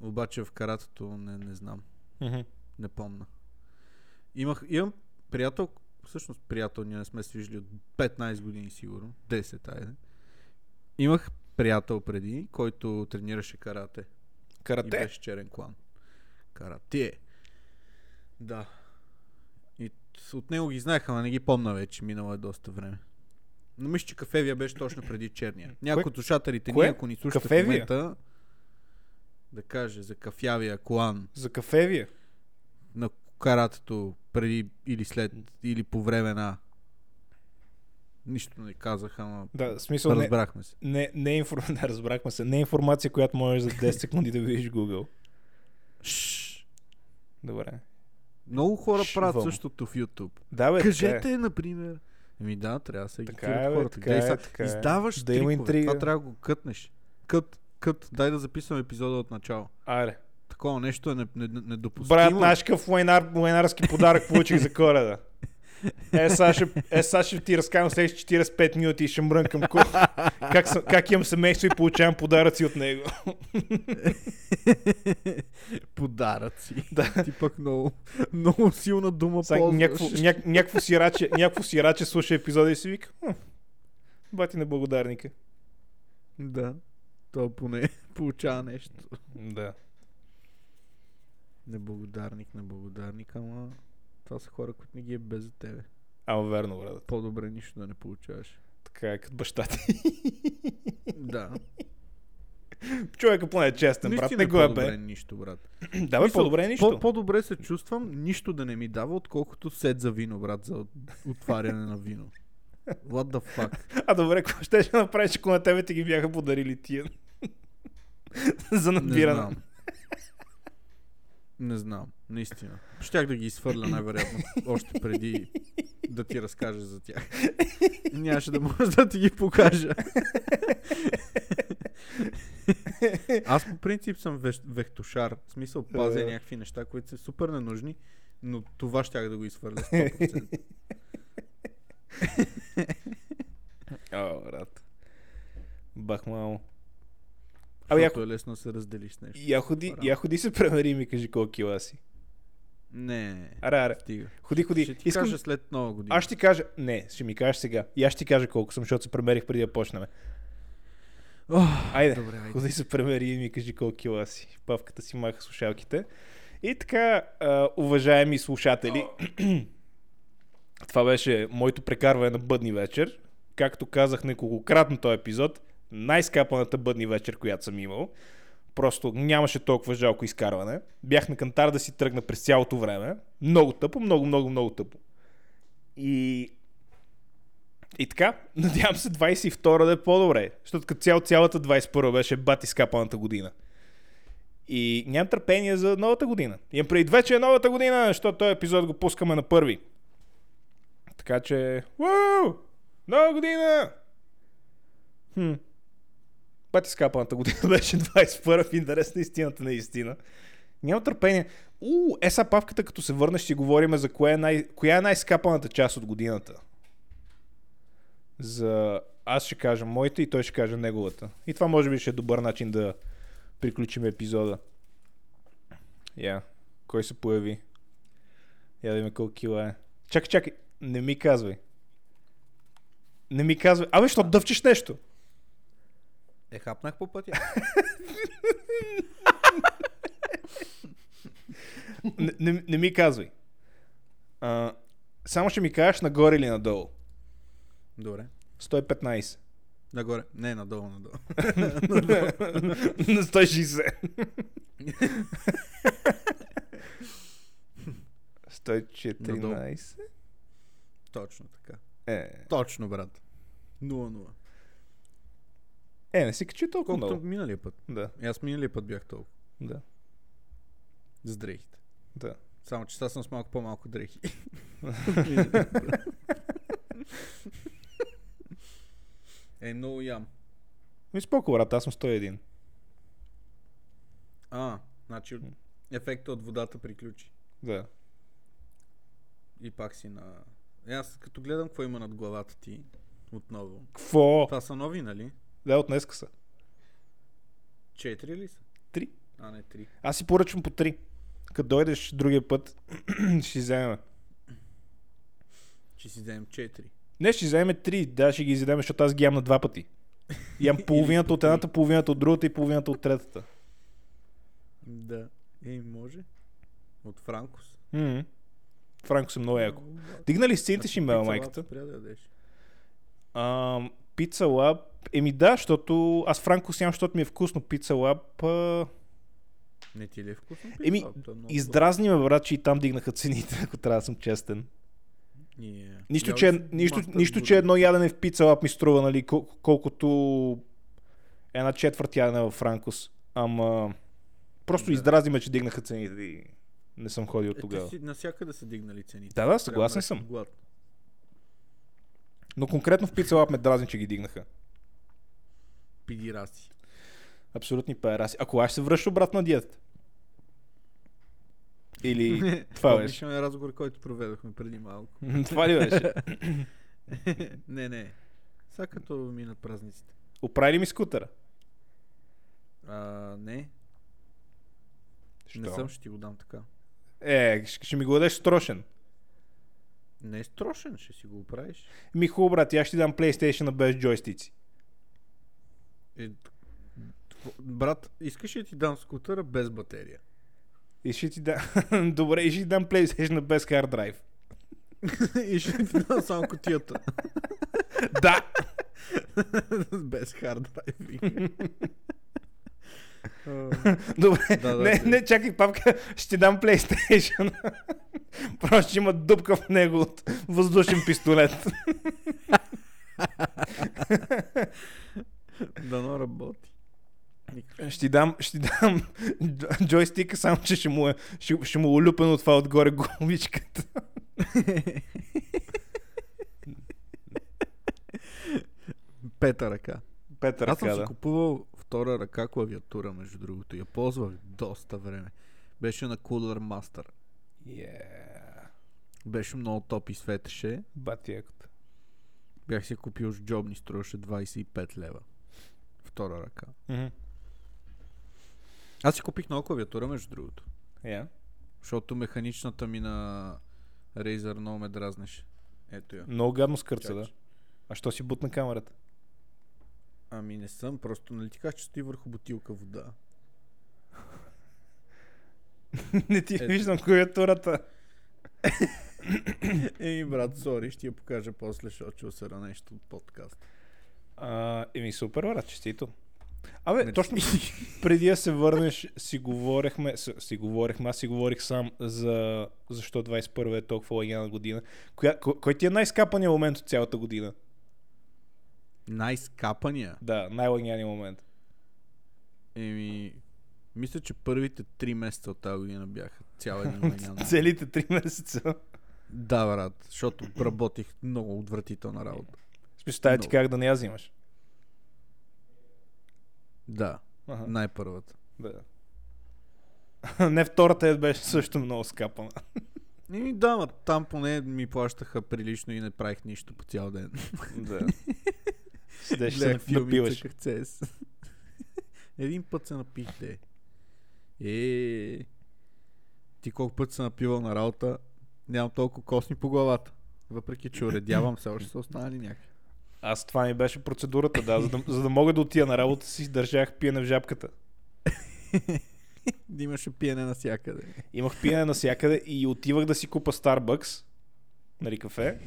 [SPEAKER 2] Обаче в каратото не, не знам.
[SPEAKER 1] Мгм.
[SPEAKER 2] Не помна. Имах, имам приятел, всъщност приятел, ние не сме се виждали от 15 години сигурно. 10, айде. Имах приятел преди, който тренираше карате. И
[SPEAKER 1] Карате.
[SPEAKER 2] беше черен клан. Карате. Да. И т- от него ги знаеха, но не ги помна вече. Минало е доста време. Но мисля, че кафевия беше точно преди черния. Някой от слушателите ни,
[SPEAKER 1] Кое?
[SPEAKER 2] ако ни слушате в
[SPEAKER 1] Кафевия?
[SPEAKER 2] момента, да каже за кафявия клан
[SPEAKER 1] За кафевия.
[SPEAKER 2] на каратето преди или след, или по време на... Нищо не казаха, но
[SPEAKER 1] Да, в смисъл не,
[SPEAKER 2] разбрахме се.
[SPEAKER 1] не, не, инфор... да, разбрахме се. Не е информация, която можеш за 10 секунди да видиш в Google.
[SPEAKER 2] Шш.
[SPEAKER 1] Добре.
[SPEAKER 2] Много хора
[SPEAKER 1] Шш,
[SPEAKER 2] правят
[SPEAKER 1] Вълго.
[SPEAKER 2] същото в YouTube.
[SPEAKER 1] Да, бе, така е.
[SPEAKER 2] Кажете, например. Еми да, трябва да се
[SPEAKER 1] Така
[SPEAKER 2] агитират
[SPEAKER 1] е, бе,
[SPEAKER 2] хората.
[SPEAKER 1] така
[SPEAKER 2] Дей
[SPEAKER 1] е,
[SPEAKER 2] са-
[SPEAKER 1] така е.
[SPEAKER 2] Издаваш
[SPEAKER 1] Да има
[SPEAKER 2] трикове.
[SPEAKER 1] интрига.
[SPEAKER 2] Това трябва да го кътнеш. Кът, кът, дай да записвам епизода от начало.
[SPEAKER 1] Аре.
[SPEAKER 2] Такова нещо е не- не- не- недопустимо.
[SPEAKER 1] Брат, знаеш какъв войнар, войнарски подарък получих за коледа. Е, сега ще, е, сега ще ти разкажам след 45 минути и ще мрънкам ку- как, съм, как имам семейство и получавам подаръци от него.
[SPEAKER 2] Подаръци.
[SPEAKER 1] Да.
[SPEAKER 2] Ти пък много, много силна дума
[SPEAKER 1] Сега
[SPEAKER 2] ползваш.
[SPEAKER 1] някакво, няк, някакво, сираче, някакво сираче слуша епизода и си вика, хм, бати на благодарника.
[SPEAKER 2] Да. То поне получава нещо.
[SPEAKER 1] Да.
[SPEAKER 2] Неблагодарник, неблагодарник, ама това са хора, които не ги е без за тебе.
[SPEAKER 1] Ама верно, брат.
[SPEAKER 2] По-добре нищо да не получаваш.
[SPEAKER 1] Така е като баща ти.
[SPEAKER 2] да.
[SPEAKER 1] Човека поне е честен, брат.
[SPEAKER 2] Наистина
[SPEAKER 1] Не го е
[SPEAKER 2] по-добре
[SPEAKER 1] бе.
[SPEAKER 2] нищо, брат.
[SPEAKER 1] Да, бе,
[SPEAKER 2] Мисъл,
[SPEAKER 1] по-добре е
[SPEAKER 2] По-
[SPEAKER 1] нищо.
[SPEAKER 2] по-добре се чувствам нищо да не ми дава, отколкото сет за вино, брат, за от- отваряне на вино. What the fuck?
[SPEAKER 1] А добре, какво ще ще направиш, ако на тебе ти ги бяха подарили тия? За
[SPEAKER 2] Не
[SPEAKER 1] набиране.
[SPEAKER 2] знам. Не знам, наистина. Щях да ги изхвърля най-вероятно още преди да ти разкажа за тях. Нямаше да може да ти ги покажа. Аз по принцип съм веш- вехтошар. В смисъл пазя
[SPEAKER 1] Да.
[SPEAKER 2] някакви неща, които са супер ненужни, но това щях да го изхвърля 100%.
[SPEAKER 1] О, брат. Бах мамо. Абе,
[SPEAKER 2] Абе,
[SPEAKER 1] яко,
[SPEAKER 2] е лесно да се разделиш с нещо.
[SPEAKER 1] я ходи, я ходи се премери и ми кажи колко кила си.
[SPEAKER 2] Не,
[SPEAKER 1] Аре, аре.
[SPEAKER 2] стига.
[SPEAKER 1] Ходи, ходи.
[SPEAKER 2] Ще ти
[SPEAKER 1] Искам...
[SPEAKER 2] кажа след нова година.
[SPEAKER 1] Аз ще ти кажа... Не, ще ми кажеш сега. И аз ще ти кажа колко съм, защото се премерих преди да почнем.
[SPEAKER 2] Ох,
[SPEAKER 1] Айде.
[SPEAKER 2] Добре, айде.
[SPEAKER 1] Ходи се премери и ми кажи колко кила си. Павката си маха слушалките. И така, а, уважаеми слушатели, това беше моето прекарване на бъдни вечер. Както казах неколкократно този епизод, най-скапаната бъдни вечер, която съм имал. Просто нямаше толкова жалко изкарване. Бях на кантар да си тръгна през цялото време. Много тъпо, много, много, много тъпо. И и така, надявам се 22-а да е по-добре, защото като цяло цялата 21-а беше бати скапаната година. И нямам търпение за новата година. Имам преди две, че е новата година, защото този епизод го пускаме на първи. Така че... Уау! Нова година! Хм. Бати скапаната година беше 21-а в интерес на истината на истина. Нямам търпение. У, е са папката, като се върнеш, ще говорим за коя е, най- коя е най-скапаната част от годината за аз ще кажа моята и той ще каже неговата. И това може би ще е добър начин да приключим епизода. Я, кой се появи? Я да видим колко кила е. Чакай, чакай, не ми казвай. Не ми казвай. Абе, що дъвчеш нещо?
[SPEAKER 2] Е, хапнах по пътя.
[SPEAKER 1] Не, не, не ми казвай. А, само ще ми кажеш нагоре или надолу.
[SPEAKER 2] Добре.
[SPEAKER 1] 115.
[SPEAKER 2] Нагоре. Не, надолу, надолу.
[SPEAKER 1] На 160. 114.
[SPEAKER 2] Точно така.
[SPEAKER 1] Е,
[SPEAKER 2] Точно, брат. 0-0.
[SPEAKER 1] е, не си качи толкова
[SPEAKER 2] Колкото
[SPEAKER 1] много.
[SPEAKER 2] миналия път.
[SPEAKER 1] Да,
[SPEAKER 2] И Аз миналия път бях толкова.
[SPEAKER 1] да,
[SPEAKER 2] С дрехите.
[SPEAKER 1] да.
[SPEAKER 2] Само, че сега съм с малко по-малко дрехи. е, много ям.
[SPEAKER 1] Ми споко, брат, аз съм 101.
[SPEAKER 2] А, значи ефекта от водата приключи.
[SPEAKER 1] Да.
[SPEAKER 2] И пак си на... Е, Аз като гледам какво има над главата ти, отново.
[SPEAKER 1] Кво?
[SPEAKER 2] Това са нови, нали?
[SPEAKER 1] Да, от днеска са.
[SPEAKER 2] Четири ли са?
[SPEAKER 1] Три.
[SPEAKER 2] А, не три.
[SPEAKER 1] Аз си поръчвам по три. Като дойдеш другия път, ще си вземем.
[SPEAKER 2] Ще си вземем четири.
[SPEAKER 1] Не, ще си вземем три. Да, ще ги изядем, защото аз ги ям на два пъти. Ям половината от едната, половината от другата и половината от третата.
[SPEAKER 2] Да. Ей, може. От Франкос.
[SPEAKER 1] М. Франко съм много яко. Дигнали сцените ще им бе, майката.
[SPEAKER 2] Трябва да ядеш.
[SPEAKER 1] А, пица лаб. Еми да, защото аз Франко сям, защото ми е вкусно пица лаб. А...
[SPEAKER 2] Не ти ли е вкусно?
[SPEAKER 1] Еми, Издразни ме, брат, че и там дигнаха цените, ако трябва да съм честен. Нищо, че, е, нищо, нищо, че е едно ядене в пица лап ми струва, нали, кол- колкото една четвърт ядене в Франкос. Ама просто
[SPEAKER 2] Да.
[SPEAKER 1] да. издразни ме, че дигнаха цените и не съм ходил
[SPEAKER 2] Тогава.
[SPEAKER 1] тогава.
[SPEAKER 2] Е, те си, насякъде са дигнали
[SPEAKER 1] Да, да,
[SPEAKER 2] цените. Трябва да
[SPEAKER 1] съгласен
[SPEAKER 2] е
[SPEAKER 1] съм.
[SPEAKER 2] глад.
[SPEAKER 1] Но конкретно в пица лап ме дразни, че ги дигнаха.
[SPEAKER 2] Пидираси.
[SPEAKER 1] Абсолютни параси. Ако аз ще се връща обратно на диетата. Или това беше.
[SPEAKER 2] Помниш ли разговор, който проведохме преди малко.
[SPEAKER 1] това ли беше?
[SPEAKER 2] не, не. Сега като минат празниците.
[SPEAKER 1] Оправи ли ми скутера?
[SPEAKER 2] А, не, не съм, ще ти го дам така.
[SPEAKER 1] Е, ще ще ми го дадеш строшен.
[SPEAKER 2] Не е строшен, ще си го оправиш.
[SPEAKER 1] Ми хубаво, брат, и аз ще ти дам PlayStation без джойстици.
[SPEAKER 2] Е, т- тво- брат, искаш ли да ти дам скутера без батерия?
[SPEAKER 1] И ще ти дам... Добре, и ще ти дам PlayStation без hard drive.
[SPEAKER 2] И ще ти дам само котията.
[SPEAKER 1] да!
[SPEAKER 2] без хард драйв.
[SPEAKER 1] Добре,
[SPEAKER 2] Да, да,
[SPEAKER 1] не,
[SPEAKER 2] да.
[SPEAKER 1] не, чакай, папка, ще ти дам PlayStation. Просто ще има дупка в него от въздушен пистолет.
[SPEAKER 2] Дано работи. Никак.
[SPEAKER 1] Ще ти дам, ще ти дам дж- джойстика, само че ще му, е, ще, ще му улюпен от това отгоре гумичката.
[SPEAKER 2] Пета ръка.
[SPEAKER 1] Петър,
[SPEAKER 2] Аз съм
[SPEAKER 1] ръка,
[SPEAKER 2] си
[SPEAKER 1] да.
[SPEAKER 2] купувал втора ръка клавиатура, между другото. Я ползвах доста време. Беше на Cooler Master.
[SPEAKER 1] Yeah.
[SPEAKER 2] Беше много топ и светеше.
[SPEAKER 1] Бати якото.
[SPEAKER 2] Бях си купил с джобни, струваше 25 лева. Втора ръка.
[SPEAKER 1] Мгм.
[SPEAKER 2] Аз си купих нова клавиатура, между другото.
[SPEAKER 1] Yeah.
[SPEAKER 2] Защото механичната ми на Razer много ме дразнеше. Ето я.
[SPEAKER 1] Много гадно скърца, да.
[SPEAKER 2] Чакаш.
[SPEAKER 1] А що си бутна камерата?
[SPEAKER 2] Ами не съм, просто нали ти казах, че стои върху бутилка вода.
[SPEAKER 1] не ти
[SPEAKER 2] Ето.
[SPEAKER 1] виждам е клавиатурата.
[SPEAKER 2] Еми брат, сори, ще я покажа после, защото ще осъра нещо от подкаст.
[SPEAKER 1] А, еми супер, брат, честито. Абе,
[SPEAKER 2] Мерси.
[SPEAKER 1] точно преди да се върнеш, си говорехме, с- си говорехме, аз си говорих сам за защо 21 е толкова лайна година. Коя, кой, кой ти е най-скапания момент от цялата година?
[SPEAKER 2] Най-скапания.
[SPEAKER 1] Да, най-лайняния момент.
[SPEAKER 2] Еми, мисля, че първите три месеца от тази година бяха цял един манян.
[SPEAKER 1] Целите 3 месеца.
[SPEAKER 2] да, брат, защото работих много отвратителна работа.
[SPEAKER 1] В смисъл, тая ти
[SPEAKER 2] Много.
[SPEAKER 1] как да не я взимаш.
[SPEAKER 2] Да,
[SPEAKER 1] Ага,
[SPEAKER 2] най-първата.
[SPEAKER 1] да. не втората е беше също много скапана.
[SPEAKER 2] Еми да, ма, там поне ми плащаха прилично и не правих нищо по цял ден.
[SPEAKER 1] да. Седеше се
[SPEAKER 2] Гледах филми, и
[SPEAKER 1] напиваш.
[SPEAKER 2] цъках CS. Един път се напих, де. Е, ти колко път се напивал на работа, нямам толкова косми по главата. Въпреки, че уредявам, все още са останали някакви.
[SPEAKER 1] Аз това ми беше процедурата, да. За да, за да мога да отида на работа си, държах пиене в жабката.
[SPEAKER 2] Имаше пиене навсякъде.
[SPEAKER 1] Имах пиене навсякъде и отивах да си купа Starbucks, нали кафе,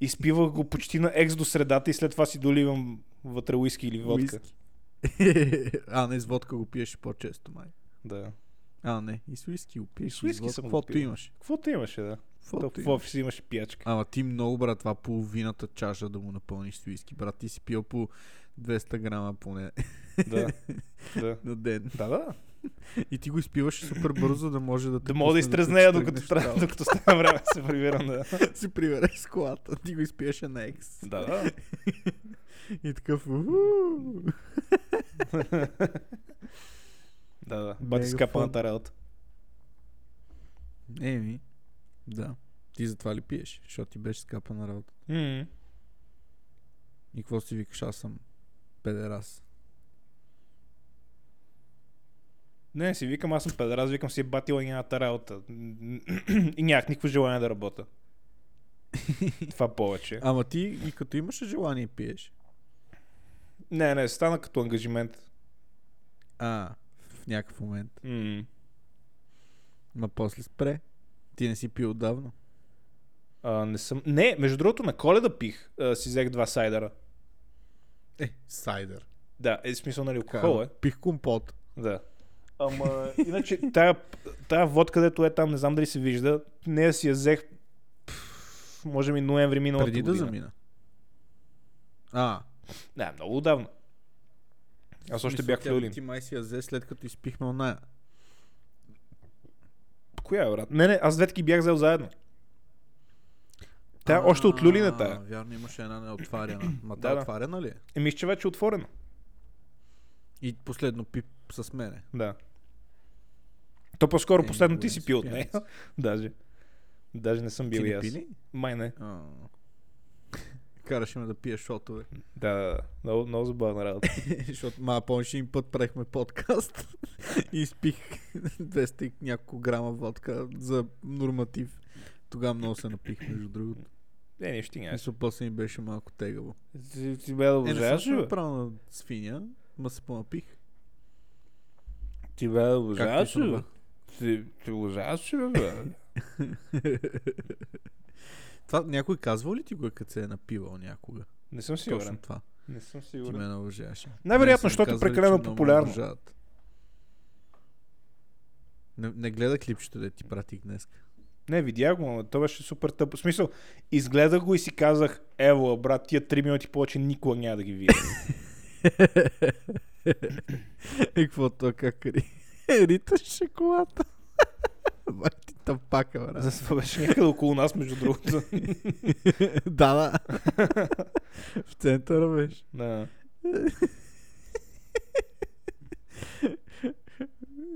[SPEAKER 1] изпивах го почти на екс до средата и след това си доливам вътре уиски или водка. Уиски.
[SPEAKER 2] Уиски. а, не, с водка го пиеше по-често, май.
[SPEAKER 1] Да.
[SPEAKER 2] А, не, и с уиски го пиеш.
[SPEAKER 1] С уиски съм го
[SPEAKER 2] Каквото
[SPEAKER 1] пил. е?
[SPEAKER 2] имаш.
[SPEAKER 1] Каквото имаше, да. То
[SPEAKER 2] Каквото
[SPEAKER 1] в
[SPEAKER 2] имаш.
[SPEAKER 1] офис имаше пиячка.
[SPEAKER 2] Ама ти много, брат, това половината чаша да му напълниш с уиски. Брат, ти си пил по 200 грама поне
[SPEAKER 1] да. Да.
[SPEAKER 2] на ден.
[SPEAKER 1] Да, да.
[SPEAKER 2] И ти го изпиваш супер бързо, за да може да... те
[SPEAKER 1] Да мога да
[SPEAKER 2] пусне те
[SPEAKER 1] изтрезнея,
[SPEAKER 2] тръгнеш
[SPEAKER 1] докато,
[SPEAKER 2] в
[SPEAKER 1] трябва,
[SPEAKER 2] работа.
[SPEAKER 1] докато става време да се прибирам, да.
[SPEAKER 2] Си прибереш с колата, ти го изпиеше на екс.
[SPEAKER 1] Да, да.
[SPEAKER 2] И такъв... «Уху!»
[SPEAKER 1] Да, да.
[SPEAKER 2] Мега
[SPEAKER 1] Бати скапаната работа.
[SPEAKER 2] Еми, да. Ти затова ли пиеш? Защото ти беше скапа на работа.
[SPEAKER 1] М.
[SPEAKER 2] И какво си викаш, аз съм педерас.
[SPEAKER 1] Не, си викам, аз съм педераз, викам си е батила едната работа. И нямах никакво желание да работя. Това повече.
[SPEAKER 2] Ама ти и като имаш желание пиеш.
[SPEAKER 1] Не, не, стана като ангажимент.
[SPEAKER 2] А, в някакъв момент.
[SPEAKER 1] м
[SPEAKER 2] Ма после спре. Ти не си пил отдавна.
[SPEAKER 1] А, не съм. Не, между другото, на коледа пих. А, си взех два сайдера.
[SPEAKER 2] Е, сайдър.
[SPEAKER 1] Да, е в смисъл, нали, алкохол е.
[SPEAKER 2] Пих компот.
[SPEAKER 1] Да. Ама, иначе, тая, тая водка, където е там, не знам дали се вижда, не си я взех пф, може ми ноември миналата
[SPEAKER 2] Преди да
[SPEAKER 1] година.
[SPEAKER 2] замина. А,
[SPEAKER 1] Не, много отдавна. Аз още
[SPEAKER 2] мисля,
[SPEAKER 1] бях в
[SPEAKER 2] тя-
[SPEAKER 1] Люлин.
[SPEAKER 2] Ти май си я взе след като изпихме оная.
[SPEAKER 1] Коя е, брат? Не, не, аз двете ги бях взел заедно. Тя още от Люлин е тая.
[SPEAKER 2] А, Вярно, имаше една неотваряна. Ма
[SPEAKER 1] Да,
[SPEAKER 2] тя
[SPEAKER 1] да.
[SPEAKER 2] отваряна ли е?
[SPEAKER 1] Е, мисля, че вече е отворено.
[SPEAKER 2] И последно пип с мене.
[SPEAKER 1] Да. То по-скоро
[SPEAKER 2] Е,
[SPEAKER 1] последно
[SPEAKER 2] никога
[SPEAKER 1] ти
[SPEAKER 2] не
[SPEAKER 1] си
[SPEAKER 2] си
[SPEAKER 1] пил от
[SPEAKER 2] пиян.
[SPEAKER 1] нея. Даже. Даже не съм бил
[SPEAKER 2] ти
[SPEAKER 1] и
[SPEAKER 2] не
[SPEAKER 1] аз.
[SPEAKER 2] пили?
[SPEAKER 1] Май не.
[SPEAKER 2] А. Караше ме да пия шотове.
[SPEAKER 1] Да, да, да. Много, много забавна работа.
[SPEAKER 2] Защото ма, помниш им път правихме подкаст и изпих 200 и няколко грама водка за норматив. Тогава много се напих, между другото.
[SPEAKER 1] Не, Е, нищо ти няма.
[SPEAKER 2] Мисля, после ми беше малко тегаво.
[SPEAKER 1] Ти, ти бе да
[SPEAKER 2] Е, не съм
[SPEAKER 1] обожаваш,
[SPEAKER 2] се
[SPEAKER 1] ли, бе?
[SPEAKER 2] направил на свиня, ма се понапих.
[SPEAKER 1] Ти бе да
[SPEAKER 2] Както и
[SPEAKER 1] обожаваш, ли, бе?
[SPEAKER 2] това.
[SPEAKER 1] Ти, ти обожаваш, ли, бе?
[SPEAKER 2] Това някой казва ли ти го, е, като се е напивал някога?
[SPEAKER 1] Не съм
[SPEAKER 2] Точно
[SPEAKER 1] сигурен.
[SPEAKER 2] това.
[SPEAKER 1] Не съм
[SPEAKER 2] Ти
[SPEAKER 1] сигурен.
[SPEAKER 2] ме наложаваш.
[SPEAKER 1] Най-вероятно, защото е прекалено популярно.
[SPEAKER 2] Не, не гледа клипчето, да ти пратих днес.
[SPEAKER 1] Не, видях го, но то беше супер тъпо. В смисъл, изгледах го и си казах, ево, брат, тия 3 минути повече никога няма да ги видя.
[SPEAKER 2] И какво то как ри... риташ шоколада? Бай ти тапака, брат.
[SPEAKER 1] За това беше някъде около нас, между другото.
[SPEAKER 2] да, да. В центъра беше.
[SPEAKER 1] Да.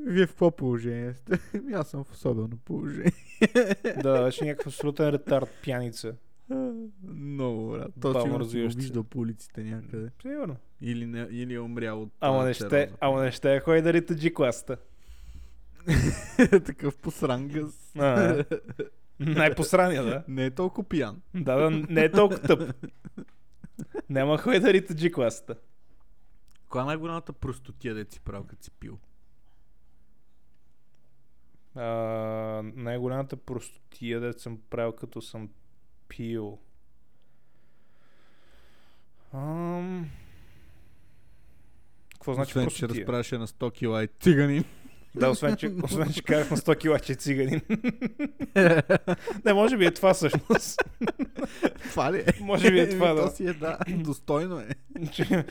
[SPEAKER 2] Вие в какво положение сте? Ми, Аз съм в особено положение.
[SPEAKER 1] да, беше някакъв абсолютен ретард, пяница.
[SPEAKER 2] Много, брат.
[SPEAKER 1] Бавно
[SPEAKER 2] То сигурно си го
[SPEAKER 1] развиващ се.
[SPEAKER 2] виждал по улиците някъде.
[SPEAKER 1] Сигурно.
[SPEAKER 2] Или, не, или е умрял от
[SPEAKER 1] Ама
[SPEAKER 2] а,
[SPEAKER 1] не ще,
[SPEAKER 2] цироза.
[SPEAKER 1] ама не ще ходи да рита G-класата.
[SPEAKER 2] Такъв посран гъс.
[SPEAKER 1] А, Най-посрания, да.
[SPEAKER 2] Не е толкова пиян.
[SPEAKER 1] Да, да, не е толкова тъп. Няма ходи да рита G-класата.
[SPEAKER 2] Коя е най-голямата простотия да си правил, като си пил?
[SPEAKER 1] А, най-голямата простотия, да съм правил като съм пил. Ам... Какво значи
[SPEAKER 2] Освен, че
[SPEAKER 1] простотия?
[SPEAKER 2] разправяше на 100 кила и циганин.
[SPEAKER 1] Да, освен че, освен, че карах на 100 кила, че е циганин. Не, може би е това всъщност.
[SPEAKER 2] това ли е?
[SPEAKER 1] Може би е това,
[SPEAKER 2] Еми,
[SPEAKER 1] да.
[SPEAKER 2] То си е, да. Достойно е.
[SPEAKER 1] Че-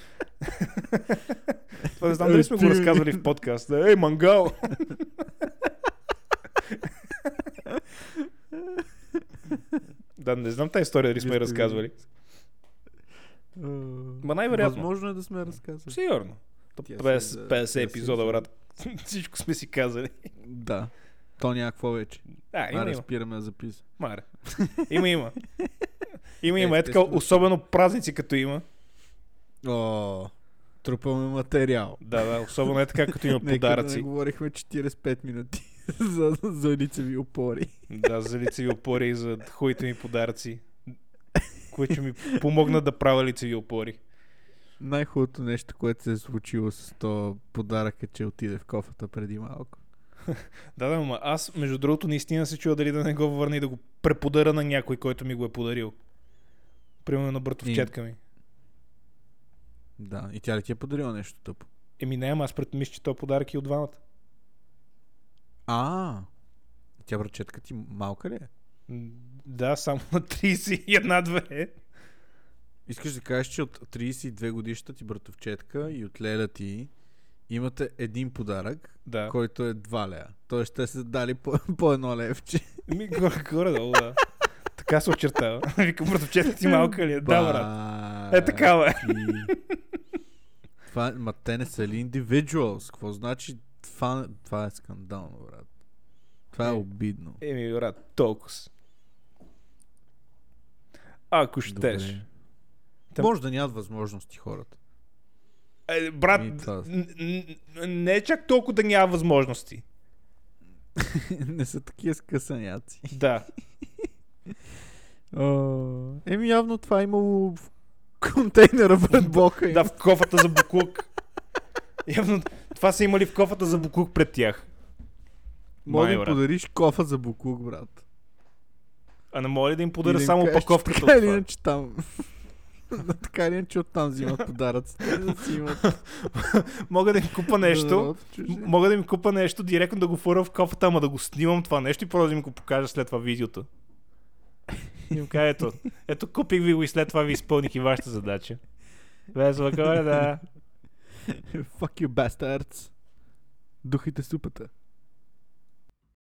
[SPEAKER 1] Това не знам дали сме го разказвали в подкаста. Ей, мангал! Да, не знам тази история дали сме я разказвали. Ма най-вероятно.
[SPEAKER 2] Възможно е да сме я разказали.
[SPEAKER 1] Сигурно. То
[SPEAKER 2] Тя си
[SPEAKER 1] 50,
[SPEAKER 2] е-
[SPEAKER 1] 50
[SPEAKER 2] тя си
[SPEAKER 1] епизода,
[SPEAKER 2] е-
[SPEAKER 1] брат. Всичко сме си казали.
[SPEAKER 2] Да. То няма какво вече.
[SPEAKER 1] А,
[SPEAKER 2] А,
[SPEAKER 1] има, има.
[SPEAKER 2] разпираме да записа.
[SPEAKER 1] Маре. Има, има. Има, има. Е така,
[SPEAKER 2] Естествено.
[SPEAKER 1] особено празници като има.
[SPEAKER 2] О, трупаме материал.
[SPEAKER 1] Да, да, особено е така, като има
[SPEAKER 2] Нека да не
[SPEAKER 1] подаръци.
[SPEAKER 2] говорихме 45 минути за, за лицеви опори.
[SPEAKER 1] Да, за лицеви опори и за хуите ми подаръци, които ми помогнат да правя лицеви опори.
[SPEAKER 2] Най-хубавото нещо, което се е случило с то подарък е, че отиде в кофата преди малко.
[SPEAKER 1] Да, да, ма аз, между другото, наистина се чува дали да не го върна и да го преподара на някой, който ми го е подарил. Примерно на братовчетка ми.
[SPEAKER 2] Да, и тя ли ти е подарила нещо тъпо?
[SPEAKER 1] Еми не, ама аз пред мисля, че то подарък е от двамата.
[SPEAKER 2] А, тя братчетка ти малка ли е?
[SPEAKER 1] М, Да, само на 31-2.
[SPEAKER 2] Искаш да кажеш, че от 32 годишната ти братовчетка и от Леля ти имате един подарък,
[SPEAKER 1] Да.
[SPEAKER 2] който е 2 лея. Тоест те са дали по, по едно левче.
[SPEAKER 1] Ми горе, горе, долу, да. Така се очертава. Викам, братовчетка ти малка ли е? Да, брат.
[SPEAKER 2] брат.
[SPEAKER 1] Е такава е.
[SPEAKER 2] Това, ма те не са ли individuals? Какво значи? Това, това е скандално, брат. Това е
[SPEAKER 1] Е.
[SPEAKER 2] обидно.
[SPEAKER 1] Еми, брат, толкова. Ако щеш. Та-
[SPEAKER 2] Може да нямат възможности хората.
[SPEAKER 1] Е, брат,
[SPEAKER 2] Ми, това-
[SPEAKER 1] н- н- н- не е чак толкова да няма възможности.
[SPEAKER 2] не са такива скъсаняци.
[SPEAKER 1] Да.
[SPEAKER 2] Еми явно това е имало в контейнера пред блока им.
[SPEAKER 1] Да, в кофата за буклук. Явно това са имали в кофата за буклук пред тях.
[SPEAKER 2] Мога да
[SPEAKER 1] Май,
[SPEAKER 2] им
[SPEAKER 1] брат.
[SPEAKER 2] подариш кофа за буклук, брат.
[SPEAKER 1] А не мога ли да им
[SPEAKER 2] И да
[SPEAKER 1] подаря
[SPEAKER 2] им
[SPEAKER 1] само
[SPEAKER 2] кажеш, че
[SPEAKER 1] опаковката
[SPEAKER 2] Така
[SPEAKER 1] от
[SPEAKER 2] или
[SPEAKER 1] това?
[SPEAKER 2] иначе там. Да, така или иначе оттам взимат подаръците. Да си имат
[SPEAKER 1] Мога да им купа нещо.
[SPEAKER 2] подаръци чужди.
[SPEAKER 1] м- Мога да им купа нещо, директно да го фуря в кофата, ама да го снимам това нещо и просто да им го покажа след това видеото. И им кажа, ето, ето купих ви го и след това ви изпълних и вашата задача. Весела коледа!
[SPEAKER 2] Fuck you bastards. Духайте супата.